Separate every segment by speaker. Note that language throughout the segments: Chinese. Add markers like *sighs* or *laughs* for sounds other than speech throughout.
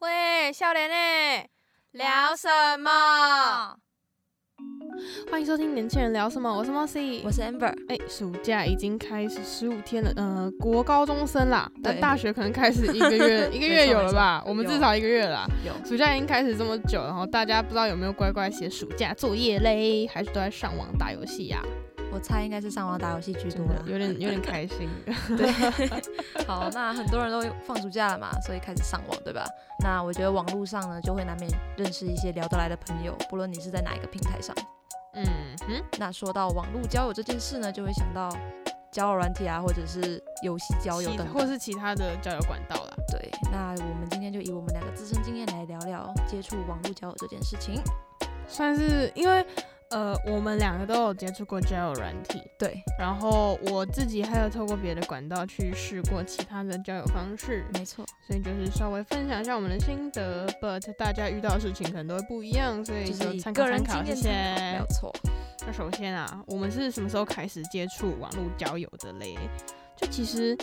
Speaker 1: 诶，少年诶，聊什么？欢迎收听《年轻人聊什么》，我是 Mossy，
Speaker 2: 我是 Amber，
Speaker 1: 哎、暑假已经开始十五天了，呃，国高中生啦，但
Speaker 2: 对
Speaker 1: 大学可能开始一个
Speaker 2: *laughs*
Speaker 1: 月一个月有了吧，我们
Speaker 2: 有
Speaker 1: 至少一个月啦。
Speaker 2: 有
Speaker 1: 暑假已经开始这么久，然后大家不知道有没有乖乖写暑假作业嘞，还是都在上网打游戏呀？
Speaker 2: 我猜应该是上网打游戏居多
Speaker 1: 真
Speaker 2: 啦
Speaker 1: 的。有点有点开
Speaker 2: *laughs*
Speaker 1: 心。
Speaker 2: 对， *laughs* 好，那很多人都放暑假了嘛，所以开始上网，对吧？那我觉得网络上呢，就会难免认识一些聊得来的朋友，不论你是在哪一个平台上。
Speaker 1: 嗯嗯，
Speaker 2: 那说到网络交友这件事呢，就会想到交友软体啊，或者是游戏交友
Speaker 1: 其
Speaker 2: 等
Speaker 1: 或
Speaker 2: 等。
Speaker 1: 是其他的交友管道啦。
Speaker 2: 对，那我们今天就以我们两个自身经验来聊聊接触网络交友这件事情。
Speaker 1: 算是因为呃，我们两个都有接触过交友软体，
Speaker 2: 对，
Speaker 1: 然后我自己还有透过别的管道去试过其他的交友方式，
Speaker 2: 没错，
Speaker 1: 所以就是稍微分享一下我们的心得，but 大家遇到的事情可能都会不一样，所以
Speaker 2: 就是以
Speaker 1: 参考
Speaker 2: 个人
Speaker 1: 参
Speaker 2: 经
Speaker 1: 考，谢
Speaker 2: 验参考没
Speaker 1: 谢
Speaker 2: 有。错。
Speaker 1: 那首先啊，我们是什么时候开始接触网络交友的嘞？就其实，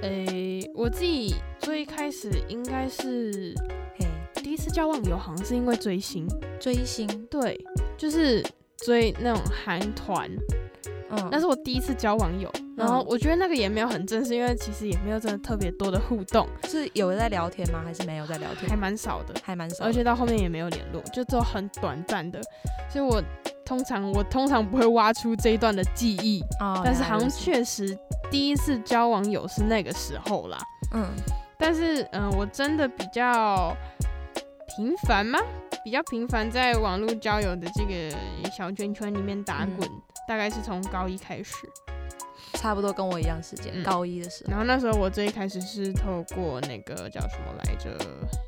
Speaker 1: 诶、我自己最开始应该是
Speaker 2: 嘿，
Speaker 1: 第一次交网友，好像是因为追星，
Speaker 2: 追星，
Speaker 1: 对，就是追那种韩团，
Speaker 2: 嗯，
Speaker 1: 那是我第一次交网友，然后我觉得那个也没有很正式，因为其实也没有真的特别多的互动，
Speaker 2: 是有在聊天吗？还是没有在聊
Speaker 1: 还
Speaker 2: 天？
Speaker 1: 蛮少的，
Speaker 2: 还蛮少的，
Speaker 1: 而且到后面也没有联络，就只有很短暂的，所以我通常我通常不会挖出这一段的记忆，
Speaker 2: 哦，
Speaker 1: 但是
Speaker 2: 原来
Speaker 1: 好像
Speaker 2: 如此
Speaker 1: 确实第一次交网友是那个时候啦，
Speaker 2: 嗯，
Speaker 1: 但是嗯、呃我真的比较频繁吗？比较频繁在网络交友的这个小圈圈里面打
Speaker 2: 嗯
Speaker 1: 滚，大概是从高一开始。
Speaker 2: 差不多跟我一样时间，
Speaker 1: 嗯
Speaker 2: 高一的时候，
Speaker 1: 然后那时候我最一开始是透过那个叫什么来着，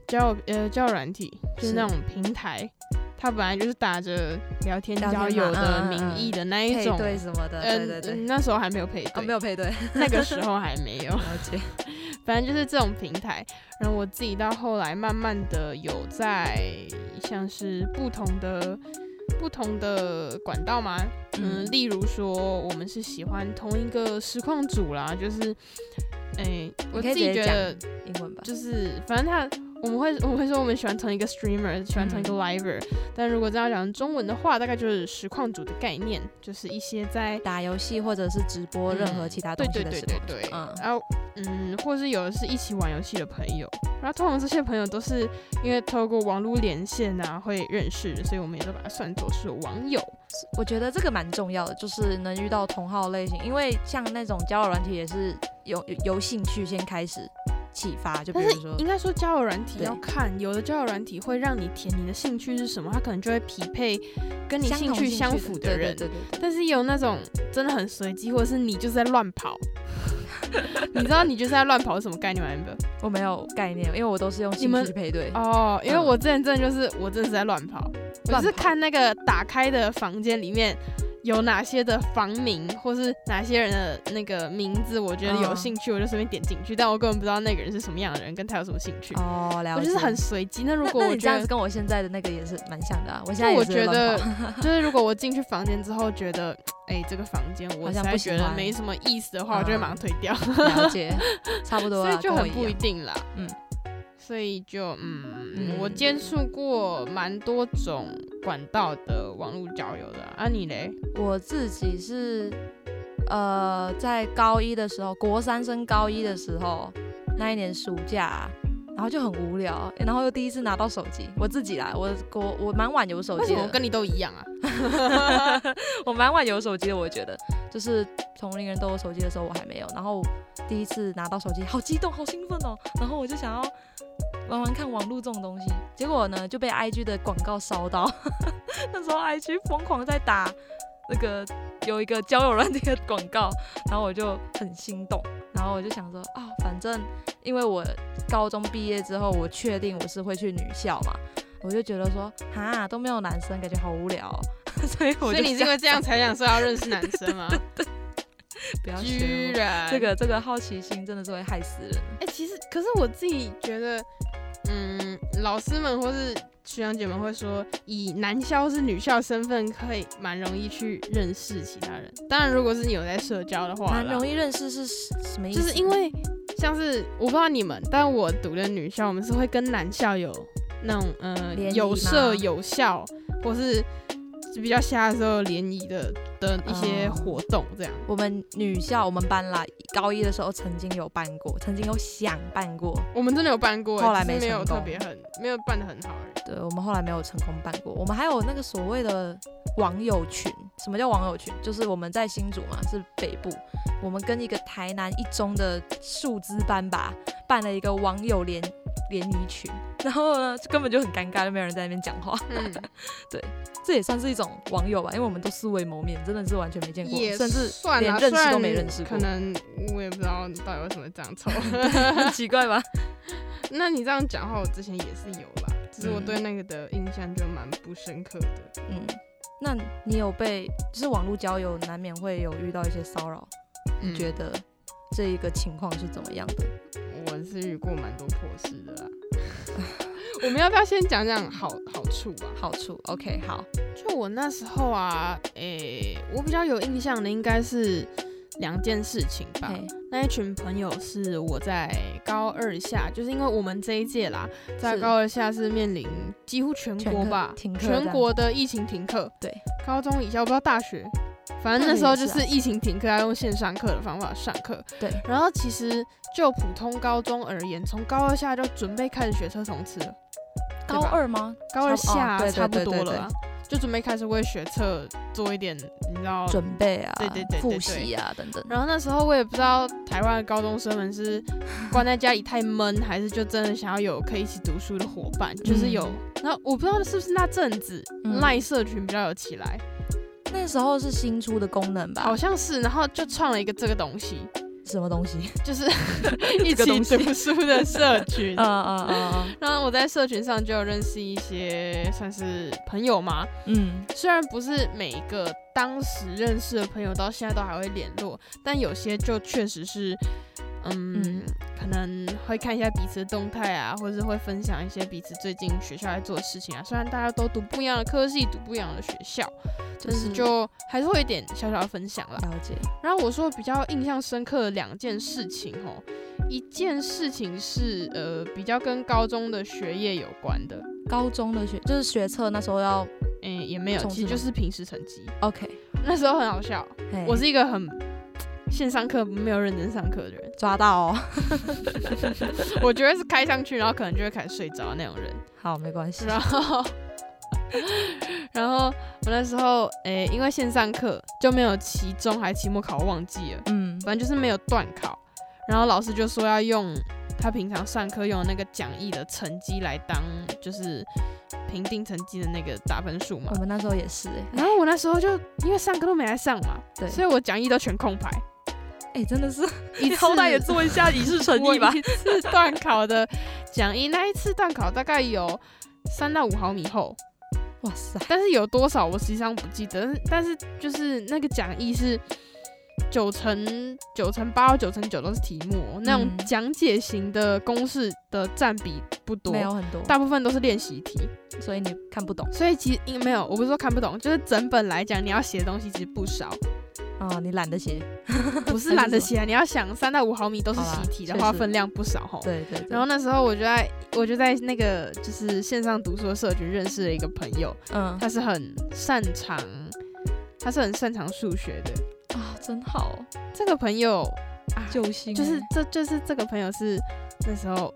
Speaker 1: 交友呃交友软体，就是
Speaker 2: 是
Speaker 1: 那种平台，它本来就是打着聊天
Speaker 2: 聊天
Speaker 1: 交
Speaker 2: 嘛
Speaker 1: 友的
Speaker 2: 嗯嗯
Speaker 1: 名义的那一
Speaker 2: 配
Speaker 1: 种，
Speaker 2: 对什么的，对
Speaker 1: 嗯
Speaker 2: 对对
Speaker 1: 嗯，，那时候还没有配
Speaker 2: 啊，
Speaker 1: 对，嗯
Speaker 2: 没有配对，
Speaker 1: 那
Speaker 2: *laughs*
Speaker 1: 个时候还没有，
Speaker 2: 了解，
Speaker 1: 反正就是这种平台。然后我自己到后来慢慢的有在像是不同的不同的管道嘛，嗯，例如说我们是喜欢同一个实况组啦，就是，哎、我
Speaker 2: 可以直
Speaker 1: 自己
Speaker 2: 接
Speaker 1: 觉得
Speaker 2: 讲英文吧，
Speaker 1: 就是反正他我们会我们会说我们喜欢同一个 streamer，喜欢同一
Speaker 2: 嗯
Speaker 1: 个 liver，、但如果这样讲中文的话，大概就是实况组的概念，就是一些在
Speaker 2: 打游戏或者是直播
Speaker 1: 嗯
Speaker 2: 任何其他东西
Speaker 1: 对对
Speaker 2: 的
Speaker 1: 对
Speaker 2: 时
Speaker 1: 对
Speaker 2: 候，
Speaker 1: 对，
Speaker 2: 嗯
Speaker 1: 然后嗯，或是有的是一起玩游戏的朋友，然后通常这些朋友都是因为透过网络连线啊会认识，所以我们也都把它算作是网友。
Speaker 2: 我觉得这个蛮重要的，就是能遇到同好类型，因为像那种交友软体也是由由兴趣先开始启发，就比
Speaker 1: 但
Speaker 2: 如
Speaker 1: 是
Speaker 2: 说
Speaker 1: 应该说交友软体
Speaker 2: 对
Speaker 1: 要看，有的交友软体会让你填你的兴趣是什么，它可能就会匹配跟你
Speaker 2: 相
Speaker 1: 兴
Speaker 2: 同
Speaker 1: 趣
Speaker 2: 兴
Speaker 1: 相
Speaker 2: 的
Speaker 1: 符
Speaker 2: 对
Speaker 1: 的
Speaker 2: 对
Speaker 1: 人。
Speaker 2: 对对对
Speaker 1: 但是也有那种真的很随机，或者是你就是在乱
Speaker 2: *laughs*
Speaker 1: 跑。你知道你就是在乱跑是什么概念吗？Amber？
Speaker 2: 我没有概念，因为我都是用
Speaker 1: 你
Speaker 2: 兴
Speaker 1: 们
Speaker 2: 趣去配对，
Speaker 1: 哦，因为
Speaker 2: 嗯
Speaker 1: 我之前真的就是我真的是在乱跑，我就
Speaker 2: 乱
Speaker 1: 是
Speaker 2: 跑
Speaker 1: 看那个打开的房间里面有哪些的房名，或是哪些人的那个名字，我觉得有
Speaker 2: 嗯
Speaker 1: 兴趣，我就随便点进去，但我根本不知道那个人是什么样的人，跟他有什么兴趣。
Speaker 2: 哦，了
Speaker 1: 我
Speaker 2: 解，
Speaker 1: 就是很随机。那如
Speaker 2: 那
Speaker 1: 果
Speaker 2: 那
Speaker 1: 我
Speaker 2: 你这
Speaker 1: 觉
Speaker 2: 样
Speaker 1: 得
Speaker 2: 子，跟我现在的那个也是蛮像的啊，我现
Speaker 1: 就
Speaker 2: 在也
Speaker 1: 我
Speaker 2: 是
Speaker 1: 觉
Speaker 2: 乱
Speaker 1: 得
Speaker 2: 跑
Speaker 1: 就是如果我进去房间之后觉得，哎、这个房间我
Speaker 2: 好
Speaker 1: 实
Speaker 2: 像
Speaker 1: 在
Speaker 2: 不喜
Speaker 1: 觉得
Speaker 2: 欢
Speaker 1: 没什么意思的话，我就会马上退掉。 *laughs*
Speaker 2: 了解，差不多
Speaker 1: 所
Speaker 2: 啦，
Speaker 1: 以就
Speaker 2: 跟我
Speaker 1: 很不
Speaker 2: 一
Speaker 1: 一
Speaker 2: 样。
Speaker 1: 定啦。嗯
Speaker 2: 嗯，
Speaker 1: 所以就嗯，
Speaker 2: 嗯
Speaker 1: 我接触过蛮多种管道的网络交友的啊，啊你嘞？
Speaker 2: 我自己是呃，在高一的时候，国三升高一的时候，那一年暑假，然后就很无聊，诶然后又第一次拿到手机，我自己啦，我国我蛮晚有手
Speaker 1: 为
Speaker 2: 机
Speaker 1: 什
Speaker 2: 的， *laughs*
Speaker 1: 么我跟你都一样啊？
Speaker 2: 我蛮晚有手机的，我觉得就是同龄人都有手机的时候，我还没有。然后第一次拿到手机，好激动，好兴奋哦。然后我就想要玩玩看网络这种东西，结果呢就被 IG 的广告烧到。 *laughs* 那时候 IG 疯狂在打那个有一个交友软件的广告，然后我就很心动。然后我就想说啊、反正因为我高中毕业之后，我确定我是会去女校嘛，我就觉得说哈都没有男生，感觉好无聊哦、 *laughs* 所以我
Speaker 1: 所
Speaker 2: 就
Speaker 1: 以你是
Speaker 2: 下
Speaker 1: 因为这样才想说要认识男生吗？
Speaker 2: 不要
Speaker 1: 居
Speaker 2: 学
Speaker 1: 然
Speaker 2: 我。这个这个好奇心真的是会害死人。
Speaker 1: 哎、其实可是我自己觉得，嗯，老师们或是学长姐们会说，以男校是女校身份，可以蛮容易去认识其他人。当然，如果是你有在社交的话啦，
Speaker 2: 蛮容易认识是什么意
Speaker 1: 就
Speaker 2: 思？
Speaker 1: 是因为像是我不知道你们，但我读的女校，我们是会跟男校有那种呃
Speaker 2: 联谊
Speaker 1: 有色
Speaker 2: 吗
Speaker 1: 有效，或是比较瞎的时候联谊的的一些
Speaker 2: 哦
Speaker 1: 活动这样。
Speaker 2: 我们女校我们班啦，高一的时候曾经有办过，曾经有想办过，
Speaker 1: 我们真的有办过欸，
Speaker 2: 后来
Speaker 1: 只是
Speaker 2: 没
Speaker 1: 没有
Speaker 2: 成
Speaker 1: 特
Speaker 2: 功
Speaker 1: 别很没有办的很好而已。
Speaker 2: 对我们后来没有成功办过。我们还有那个所谓的网友群，什么叫网友群？就是我们在新竹嘛，是北部，我们跟一个台南一中的数资班吧，办了一个网友联联谊群，然后呢根本就很尴尬，就没有人在那边讲话。
Speaker 1: 嗯，
Speaker 2: 这也算是一种网友吧，因为我们都素未谋面，真的是完全没见过，
Speaker 1: 也
Speaker 2: 甚至
Speaker 1: 算
Speaker 2: 连
Speaker 1: 啦
Speaker 2: 认
Speaker 1: 虽
Speaker 2: 识都
Speaker 1: 然
Speaker 2: 没认识过
Speaker 1: 可能我也不知道到底为什么这
Speaker 2: *laughs*
Speaker 1: 样抽。
Speaker 2: 很奇怪吧？
Speaker 1: 那你这样讲话，我之前也是有啦，只是我
Speaker 2: 嗯
Speaker 1: 对那个的印象就蛮不深刻的。
Speaker 2: *laughs* 嗯，那你有被就是网络交友难免会有遇到一些骚扰，
Speaker 1: 嗯
Speaker 2: 你觉得这一个情况是怎么样的？
Speaker 1: 我是遇过蛮多破事的啦。 *laughs* 我们要不要先讲讲好好处啊？
Speaker 2: 好处？OK，好，
Speaker 1: 就我那时候啊，诶、我比较有印象的应该是两件事情吧。
Speaker 2: 嘿
Speaker 1: 那一群朋友是我在高二下，就是因为我们这一届啦，在
Speaker 2: 是
Speaker 1: 高二下是面临几乎全国吧，
Speaker 2: 全课停课
Speaker 1: 全国的疫情停课。
Speaker 2: 对，
Speaker 1: 高中以下我不知道大学，反正那时候就
Speaker 2: 大学啊
Speaker 1: 是疫情停课，要用线上课的方法上课。
Speaker 2: 对，
Speaker 1: 然后其实就普通高中而言，从高二下就准备开始学车从吃了，
Speaker 2: 高二吗？
Speaker 1: 高二
Speaker 2: 差不哦
Speaker 1: 下
Speaker 2: 对对
Speaker 1: 差不多
Speaker 2: 对对
Speaker 1: 了啊，就准备开始为学测做一点，你知道
Speaker 2: 准备啊，
Speaker 1: 哦对对对对对
Speaker 2: 复习啊等等。
Speaker 1: 然后那时候我也不知道台湾的高中生们是关在家里太闷，还是就真的想要有可以一起读书的伙伴，就是有。然后我不知道是不是那阵子
Speaker 2: 嗯
Speaker 1: 赖、社群比较有起来，
Speaker 2: 那时候是新出的功能吧
Speaker 1: 好？像是，然后就创了一个这个东西，
Speaker 2: 什么东西？
Speaker 1: 就是
Speaker 2: *laughs*
Speaker 1: 一
Speaker 2: 这个
Speaker 1: 起
Speaker 2: 东西
Speaker 1: 读书的社
Speaker 2: *laughs*
Speaker 1: 群。
Speaker 2: 啊啊啊！啊
Speaker 1: 然后我在社群上就认识一些算是朋友嘛，
Speaker 2: 嗯，
Speaker 1: 虽然不是每一个当时认识的朋友到现在都还会联络，但有些就确实是，嗯，
Speaker 2: 嗯
Speaker 1: 可能会看一下彼此的动态啊，或者是会分享一些彼此最近学校在做的事情啊。虽然大家都读不一样的科系，读不一样的学校，
Speaker 2: 就
Speaker 1: *laughs* 但是
Speaker 2: 是
Speaker 1: 就还是会有一点小小的分享啦。
Speaker 2: 了解。
Speaker 1: 然后我说比较印象深刻的两件事情哦，一件事情是呃比较跟高中的学业有关的，
Speaker 2: 高中的学就是学测那时候要
Speaker 1: 嗯、也没有，
Speaker 2: 冲
Speaker 1: 其实
Speaker 2: 刺
Speaker 1: 就
Speaker 2: 吗
Speaker 1: 是平时成绩，
Speaker 2: OK，
Speaker 1: 那时候很好笑。
Speaker 2: 嘿
Speaker 1: 我是一个很线上课没有认真上课的人，
Speaker 2: 抓到哦。
Speaker 1: 我觉得是开上去，然后可能就会开始睡着的那种人。
Speaker 2: 好，没关系。
Speaker 1: 然后，然后我那时候诶、因为线上课就没有期中还期末考，我忘记了，
Speaker 2: 嗯，
Speaker 1: 反正就是没有断考。然后老师就说要用他平常上课用的那个讲义的成绩来当就是评定成绩的那个打分数嘛
Speaker 2: 我。们那时候也是哎、
Speaker 1: 然后我那时候就因为上课都没来上嘛，
Speaker 2: 对
Speaker 1: 所以我讲义都全空白，
Speaker 2: 哎、真的是，
Speaker 1: 一
Speaker 2: 你好
Speaker 1: 次
Speaker 2: 歹也做一下以示诚
Speaker 1: 我
Speaker 2: 意吧。
Speaker 1: 一次断考的讲义，那一次断考大概有三到五毫米厚，
Speaker 2: 哇塞，
Speaker 1: 但是有多少我实际上不记得，但是但是就是那个讲义是。九乘九乘八到九乘九都是题目哦、那种
Speaker 2: 嗯
Speaker 1: 讲解型的公式的占比不多，
Speaker 2: 没有很多，
Speaker 1: 哦大部分都是练习题，
Speaker 2: 所以你看不懂
Speaker 1: 所以其实嗯应没有，我不是说看不懂，就是整本来讲，你要写的东西其实不少，
Speaker 2: *laughs* 啊、你懒得写。
Speaker 1: 不是懒得写啊，你要想三到五毫米都是
Speaker 2: 好啦
Speaker 1: 习题的
Speaker 2: 确
Speaker 1: 话，
Speaker 2: 实
Speaker 1: 分量不少吼。
Speaker 2: 对对对。
Speaker 1: 哦然后那时候我就在我就在那个就是线上读书的社群认识了一个朋友，
Speaker 2: 嗯
Speaker 1: 他是很擅长，他是很擅长数学的。
Speaker 2: 啊，真好哦，
Speaker 1: 这个朋友啊，
Speaker 2: 救星欸。
Speaker 1: 就是这就是这个朋友是那时候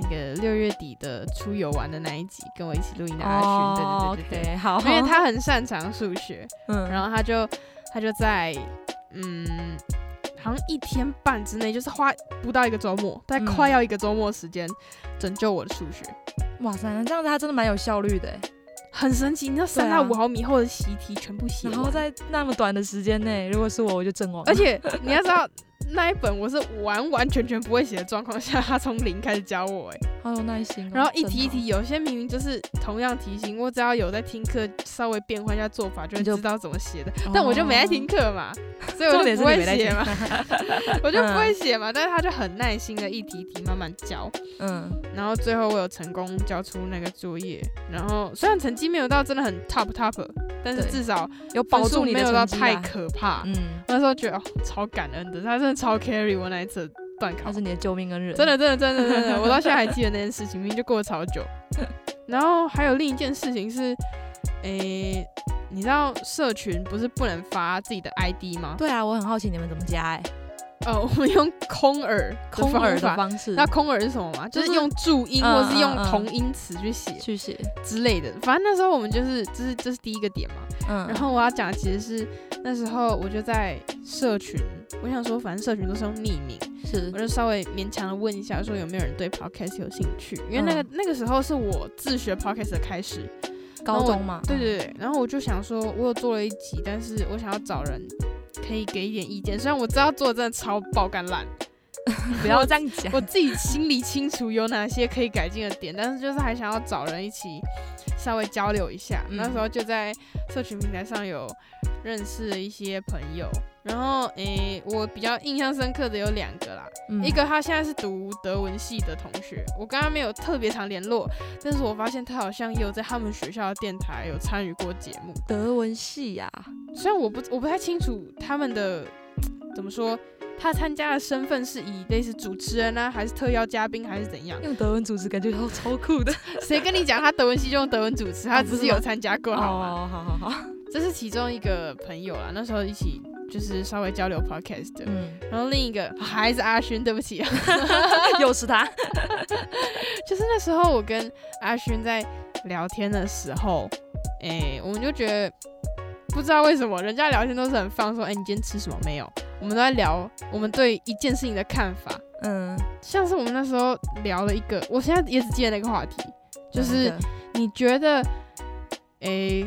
Speaker 1: 那个六月底的出游玩的那一集，跟我一起录音的阿勋，
Speaker 2: 哦
Speaker 1: 对对对对
Speaker 2: OK，好， *laughs*
Speaker 1: 对，因为他很擅长数学，
Speaker 2: 嗯，
Speaker 1: 然后他就他就在嗯。好像一天半之内，就是花不到一个周末，大概快
Speaker 2: 嗯
Speaker 1: 要一个周末时间，拯救我的数学。
Speaker 2: 哇塞，那这样子他真的蛮有效率的欸，
Speaker 1: 很神奇，你知道
Speaker 2: 对
Speaker 1: 三
Speaker 2: 啊
Speaker 1: 到五毫米厚的习题全部写
Speaker 2: 然
Speaker 1: 完，
Speaker 2: 后在那么短的时间内，如果是我，我就阵亡了。
Speaker 1: *laughs* 而且你要知道那一本我是完完全全不会写的状况下，他从零开始教我，哎，
Speaker 2: 好有耐心哦、
Speaker 1: 然后一
Speaker 2: 真
Speaker 1: 题一
Speaker 2: 好，
Speaker 1: 题，有些明明就是同样题型，我只要有在听课稍微变换一下做法，就会
Speaker 2: 你就哦
Speaker 1: 知道怎么写的，但我就没在听课嘛，所以我
Speaker 2: 重
Speaker 1: 就
Speaker 2: 点是
Speaker 1: 不
Speaker 2: 你
Speaker 1: 会
Speaker 2: 没在
Speaker 1: 写
Speaker 2: 听 *laughs*
Speaker 1: 嘛，我就不会写嘛，但是他就很耐心的一题一题慢慢教，
Speaker 2: 嗯，
Speaker 1: 然后最后我有成功交出那个作业，然后虽然成绩没有到真的很 top top，但是
Speaker 2: 对
Speaker 1: 至少。
Speaker 2: 有
Speaker 1: 保
Speaker 2: 保
Speaker 1: 住
Speaker 2: 住你
Speaker 1: 没
Speaker 2: 的
Speaker 1: 有
Speaker 2: 成
Speaker 1: 到
Speaker 2: 绩
Speaker 1: 太
Speaker 2: 啦
Speaker 1: 可怕。
Speaker 2: 嗯，
Speaker 1: 那时候觉得、哦、超感恩的，他真的超 carry 我那一次断考
Speaker 2: 嗯他，是你的救命恩人， *laughs*
Speaker 1: 真的真的真的真的，我到现在还记得那件事情，明明就过了超久。然后还有另一件事情是，诶、你知道社群不是不能发自己的 ID 吗？
Speaker 2: 对啊，我很好奇你们怎么加哎、
Speaker 1: 呃，我们用空耳的
Speaker 2: 空耳的
Speaker 1: 方法。
Speaker 2: 方式
Speaker 1: 那空耳是什么嘛？
Speaker 2: 就
Speaker 1: 就
Speaker 2: 是
Speaker 1: 是用注音
Speaker 2: 嗯
Speaker 1: 或是用
Speaker 2: 嗯嗯
Speaker 1: 同音词去写
Speaker 2: 去写，
Speaker 1: 之类的。反正那时候我们就是，这是这是第一个点嘛。
Speaker 2: 嗯，
Speaker 1: 然后我要讲的其实是那时候我就在社群，我想说反正社群都是用匿名，
Speaker 2: 是
Speaker 1: 我就稍微勉强的问一下说有没有人对 podcast 有兴趣，因为那个、
Speaker 2: 嗯
Speaker 1: 那个时候是我自学 podcast 的开始，
Speaker 2: 高中嘛，
Speaker 1: 对对对。然后我就想说，我有做了一集，但是我想要找人可以给一点意见，虽然我知道做的真的超爆肝烂，
Speaker 2: 不要这样 *laughs* 讲，
Speaker 1: 我自己心里清楚有哪些可以改进的点，但是就是还想要找人一起稍微交流一下。
Speaker 2: 嗯
Speaker 1: 那时候就在社群平台上有认识了一些朋友，然后诶、我比较印象深刻的有两个啦，
Speaker 2: 嗯
Speaker 1: 一个他现在是读德文系的同学，我跟他没有特别常联络，但是我发现他好像也有在他们学校的电台有参与过节目，
Speaker 2: 德文系呀、
Speaker 1: 虽然我不我不太清楚他们的怎么说。他参加的身份是以类似主持人啊，还是特邀嘉宾，还是
Speaker 2: *laughs*
Speaker 1: 怎样？
Speaker 2: 用德文主持感觉超超酷
Speaker 1: *laughs*
Speaker 2: 的。
Speaker 1: 谁跟你讲他德文系就用德文主持？他只是有参加过，好吗？
Speaker 2: 哦，好好好，
Speaker 1: 这是其中一个朋友啦，那时候一起就是稍微交流 podcast 的。
Speaker 2: 嗯，
Speaker 1: 然后另一个哦还是阿勋，对不起，
Speaker 2: *laughs* 又是他，
Speaker 1: 就是那时候我跟阿勋在聊天的时候，诶，我们就觉得不知道为什么人家聊天都是很放松，诶，你今天吃什么没有？我们都在聊我们对一件事情的看法，
Speaker 2: 嗯，
Speaker 1: 像是我们那时候聊了一个，我现在也只记得那个话题，就是
Speaker 2: 真的
Speaker 1: 你觉得，诶、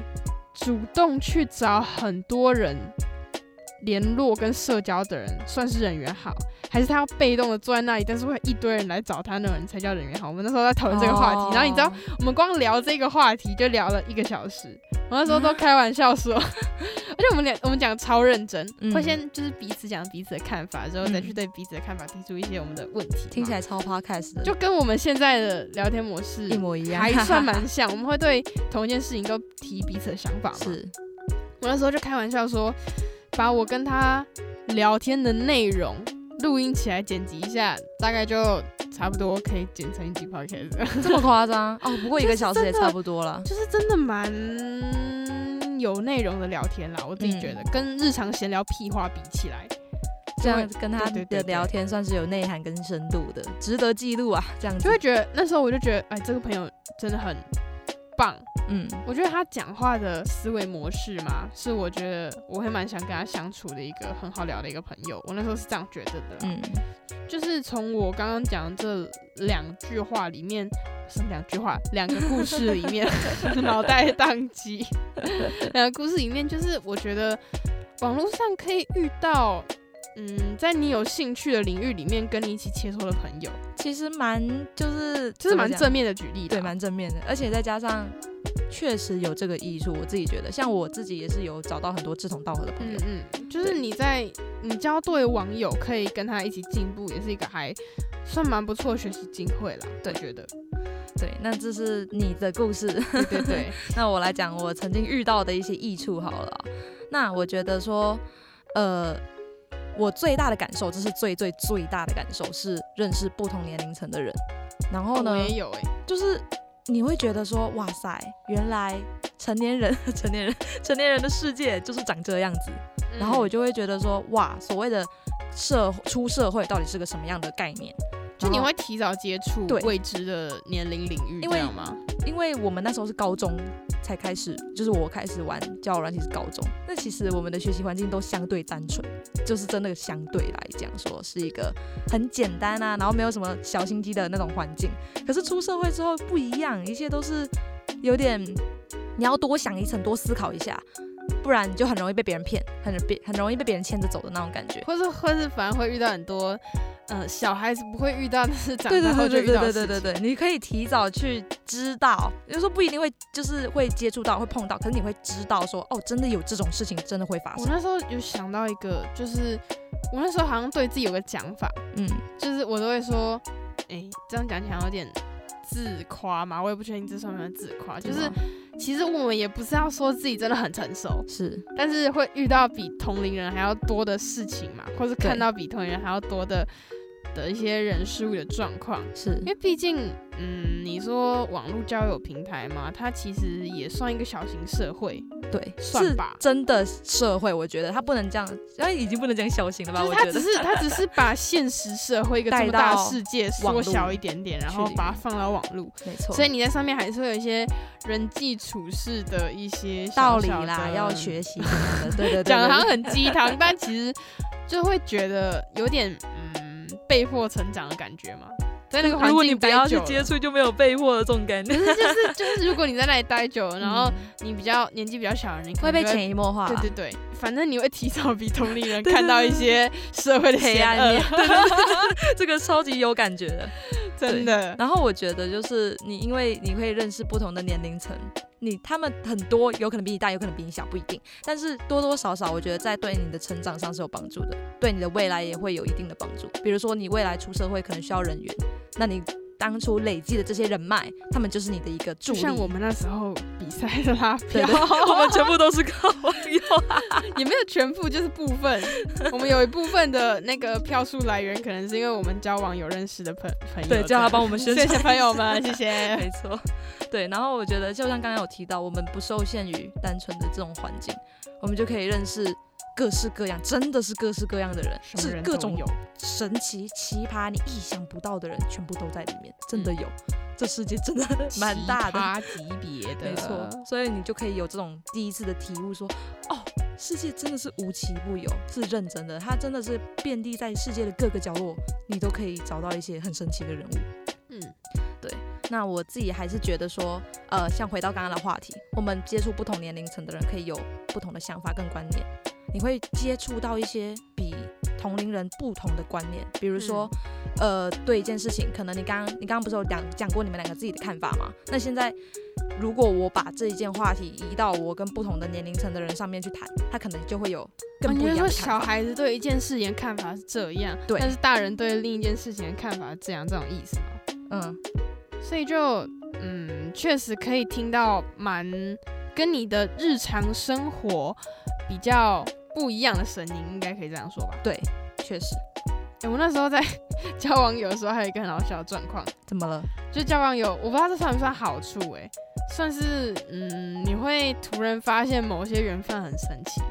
Speaker 1: 主动去找很多人联络跟社交的人，算是人缘好，还是他要被动的坐在那里，但是会有一堆人来找他那种人才叫人缘好？我们那时候在讨论这个话题，然后你知道，
Speaker 2: 哦
Speaker 1: 我们光聊这个话题就聊了一个小时，我那时候都开玩笑说，而且我们俩我们讲得超认真，
Speaker 2: 嗯
Speaker 1: 会先就是彼此讲彼此的看法，之后再去
Speaker 2: 嗯
Speaker 1: 对彼此的看法提出一些我们的问题嘛，
Speaker 2: 听起来超 podcast 的，
Speaker 1: 就跟我们现在的聊天模式
Speaker 2: 一模一样，
Speaker 1: 还算
Speaker 2: *laughs*
Speaker 1: 蛮像，我们会对同一件事情都提彼此的想法嘛。
Speaker 2: 是，
Speaker 1: 我那时候就开玩笑说，把我跟他聊天的内容录音起来，剪辑一下，大概就差不多可以剪成一集 podcast，
Speaker 2: 这么夸张哦？不过一个小时也
Speaker 1: 就是真的
Speaker 2: 差不多了。
Speaker 1: *laughs* 就是真的蛮有内容的聊天啦。我自己觉得、跟日常闲聊屁话比起来，
Speaker 2: 这样跟他的
Speaker 1: 对对对对
Speaker 2: 聊天算是有内涵跟深度的，值得记录啊。这样子
Speaker 1: 就会觉得那时候我就觉得，哎，这个朋友真的很棒。
Speaker 2: 嗯，
Speaker 1: 我觉得他讲话的思维模式嘛，是我觉得我会蛮想跟他相处的一个很好聊的一个朋友。我那时候是这样觉得的，
Speaker 2: 嗯，
Speaker 1: 就是从我刚刚讲这两句话里面，什么两句话，两个故事里
Speaker 2: *laughs*
Speaker 1: 面，脑袋宕机， *laughs* 两个故事里面，就是我觉得网络上可以遇到，嗯，在你有兴趣的领域里面跟你一起切磋的朋友，
Speaker 2: 其实蛮就是
Speaker 1: 这是蛮
Speaker 2: 怎么讲
Speaker 1: 正面的举例的
Speaker 2: 对
Speaker 1: 啊，
Speaker 2: 蛮正面的，而且再加上确实有这个艺术，我自己觉得，像我自己也是有找到很多志同道合的朋
Speaker 1: 嗯
Speaker 2: 友。
Speaker 1: 嗯，就是你在你交对网友，可以跟他一起进步，也是一个还算蛮不错的学习机会啦。
Speaker 2: 对
Speaker 1: 我觉得，
Speaker 2: 对，那这是你的故事。
Speaker 1: 对对对，
Speaker 2: 那我来讲我曾经遇到的一些益处好了啊、那我觉得说，呃，我最大的感受，这是最最最大的感受是认识不同年龄层的人。 *laughs* 然后呢
Speaker 1: 我，也有哎、
Speaker 2: 就是你会觉得说，哇塞，原来成年人、 *laughs* 成年人、成年人的世界就是长这样子。然后我
Speaker 1: 就
Speaker 2: 就会觉得说，哇，所谓的社出社会到底是个什么样的概念？
Speaker 1: 嗯就
Speaker 2: 然
Speaker 1: 你
Speaker 2: 后
Speaker 1: 会提早接触
Speaker 2: 对
Speaker 1: 未知的年龄领域，
Speaker 2: 因
Speaker 1: 这
Speaker 2: 为
Speaker 1: 样吗？
Speaker 2: 因为我们那时候是高中才开始，就是我开始玩交友软体是高中。那其实我们的学习环境都相对单纯，就是真的相对来讲说是一个很简单啊，然后没有什么小心机的那种环境。可是出社会之后不一样，一切都是有点你要多想一层，多思考一下，不然你就很容易被别人骗，很被很容易被别人牵着走的那种感觉。
Speaker 1: 或者或是反而会遇到很多，呃，小孩子不会遇到，但是长
Speaker 2: 对对
Speaker 1: 大后
Speaker 2: 对
Speaker 1: 就
Speaker 2: 对
Speaker 1: 遇到
Speaker 2: 对
Speaker 1: 的
Speaker 2: 对对
Speaker 1: 事情
Speaker 2: 对，你可以提早去知道，有时候不一定会就是会接触到会碰到，可是你会知道说哦，真的有这种事情，真的会发
Speaker 1: 我
Speaker 2: 生。
Speaker 1: 那时候有想到一个，就是我那时候好像对自己有个讲法，
Speaker 2: 嗯，
Speaker 1: 就是我都会说，哎、这样讲起来有点自夸嘛，我也不确定这算不算自夸。就是
Speaker 2: 吗
Speaker 1: 其实我们也不是要说自己真的很成熟，
Speaker 2: 是
Speaker 1: 但是会遇到比同龄人还要多的事情嘛，或是看
Speaker 2: 对
Speaker 1: 到比同龄人还要多的的一些人事物的状况。
Speaker 2: 是
Speaker 1: 因为毕竟，嗯，你说网络交友平台嘛，它其实也算一个小型社会，
Speaker 2: 对，
Speaker 1: 算
Speaker 2: 是
Speaker 1: 吧
Speaker 2: 真的社会，我觉得他不能这样，哎，已经不能这样小型了吧？
Speaker 1: 就是
Speaker 2: 我
Speaker 1: 它
Speaker 2: 觉
Speaker 1: 只
Speaker 2: 得
Speaker 1: 是它只是把现实社会一个这么
Speaker 2: 带
Speaker 1: 大的
Speaker 2: 到
Speaker 1: 世界
Speaker 2: 网
Speaker 1: 缩
Speaker 2: 络
Speaker 1: 小一点点，然后
Speaker 2: 去里
Speaker 1: 把它
Speaker 2: 面
Speaker 1: 放到网络，
Speaker 2: 没错，
Speaker 1: 所以你在上面还是会有一些人际处事的一些
Speaker 2: 道
Speaker 1: 小
Speaker 2: 理
Speaker 1: 小
Speaker 2: 啦，
Speaker 1: 的嗯
Speaker 2: 要学习什么的，对对对对，
Speaker 1: 讲的好像
Speaker 2: 对
Speaker 1: 很鸡
Speaker 2: *laughs*
Speaker 1: 汤，但其实就会觉得有点嗯被迫成长的感觉嘛，在那个环
Speaker 2: 如果你
Speaker 1: 境
Speaker 2: 不
Speaker 1: 待
Speaker 2: 要去
Speaker 1: 久了
Speaker 2: 接触，就没有被迫的这种感
Speaker 1: 可
Speaker 2: 觉，
Speaker 1: 是就是就是，如果你在那里待久了，然后
Speaker 2: 嗯
Speaker 1: 你比较年纪比较小，你可
Speaker 2: 会
Speaker 1: 能
Speaker 2: 被
Speaker 1: 就
Speaker 2: 潜移默化啦，
Speaker 1: 对对对，反正你会提早比同龄人
Speaker 2: 对对
Speaker 1: 看到一
Speaker 2: 对
Speaker 1: 些社会的
Speaker 2: 黑
Speaker 1: 险
Speaker 2: 暗
Speaker 1: 恶
Speaker 2: 面， *laughs* 对对对对这个超级有感觉的。
Speaker 1: 真的。
Speaker 2: 然后我觉得就是你，因为你会认识不同的年龄层，你他们很多有可能比你大，有可能比你小，不一定。但是多多少少，我觉得在对你的成长上是有帮助的，对你的未来也会有一定的帮助。比如说你未来出社会可能需要人员，那你当初累积的这些人脉，他们就是你的一个助
Speaker 1: 就
Speaker 2: 力。
Speaker 1: 像我们那时候比赛的拉
Speaker 2: 对
Speaker 1: 票，
Speaker 2: 对，我们全部都是靠网友啊。
Speaker 1: *laughs* 也没有全部，就是部分。我们有一部分的那个票数来源，可能是因为我们交网友认识的朋朋友的。
Speaker 2: 对，叫他帮我们宣
Speaker 1: 谢
Speaker 2: 传。
Speaker 1: 谢朋友们，谢谢。 *laughs*
Speaker 2: 没错，对。然后我觉得，就像刚刚有提到，我们不受限于单纯的这种环境，我们就可以认识各式各样，真的是各式各样的人，
Speaker 1: 什么
Speaker 2: 是
Speaker 1: 人
Speaker 2: 各
Speaker 1: 都
Speaker 2: 种
Speaker 1: 有，
Speaker 2: 神奇、奇葩、你意想不到的人，全部都在里面，真的有。这世界真的 *laughs* 蛮大的，
Speaker 1: 嗯奇葩级别的，
Speaker 2: 没错。所以你就可以有这种第一次的体悟说，哦，世界真的是无奇不有，是认真的，它真的是遍地在世界的各个角落，你都可以找到一些很神奇的人物。
Speaker 1: 嗯，
Speaker 2: 那我自己还是觉得说，呃，像回到刚刚的话题，我们接触不同年龄层的人，可以有不同的想法跟观念。你会接触到一些比同龄人不同的观念，比如说，呃，对一件事情，可能你刚刚你刚刚不是有讲讲过你们两个自己的看法吗？那现在如果我把这一件话题移到我跟不同的年龄层的人上面去谈，他可能就会有更
Speaker 1: 哦
Speaker 2: 不
Speaker 1: 你
Speaker 2: 一
Speaker 1: 是
Speaker 2: 样
Speaker 1: 说
Speaker 2: 的看
Speaker 1: 小
Speaker 2: 法。
Speaker 1: 孩子对一件事情的看法是这样，
Speaker 2: 对
Speaker 1: 但是大人对另一件事情的看法是这样，这种意思吗？
Speaker 2: 嗯，
Speaker 1: 所以就嗯，确实可以听到蛮跟你的日常生活比较不一样的声音，应该可以这样说吧？
Speaker 2: 对，确实，
Speaker 1: 诶，我那时候在 *laughs* 交网友的时候，还有一个很好笑的状况，
Speaker 2: 怎么了？
Speaker 1: 就交网友，我不知道这算不算好处、诶，算是嗯，你会突然发现某些缘分很神奇。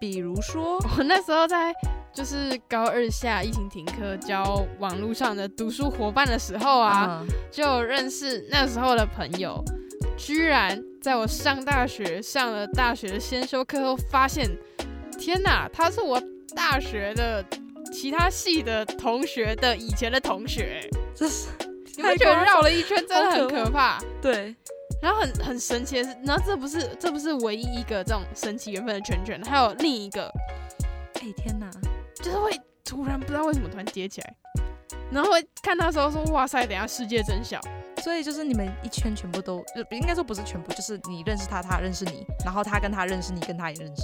Speaker 2: 比如说，
Speaker 1: 我那时候在就是高二下疫情停课交网络上的读书伙伴的时候啊，
Speaker 2: 嗯，
Speaker 1: 就认识那时候的朋友，居然在我上大学上了大学的先修课后，发现天哪，他是我大学的其他系的同学的以前的同学，
Speaker 2: *laughs* 这是
Speaker 1: 你们觉得
Speaker 2: 太夸张
Speaker 1: 绕了一圈真的很
Speaker 2: 好可怕
Speaker 1: 可怕。
Speaker 2: 对，
Speaker 1: 然后很很神奇的是，然后这不是这不是唯一一个这种神奇缘分的圈圈，还有另一个
Speaker 2: 哎天哪，
Speaker 1: 就是会突然不知道为什么突然接起来，然后会看到的时候说哇塞，等一下世界真小，
Speaker 2: 所以就是你们一圈全部都，呃应该说不是全部，就是你认识他，他认识你，然后他跟他认识你，跟他也认识。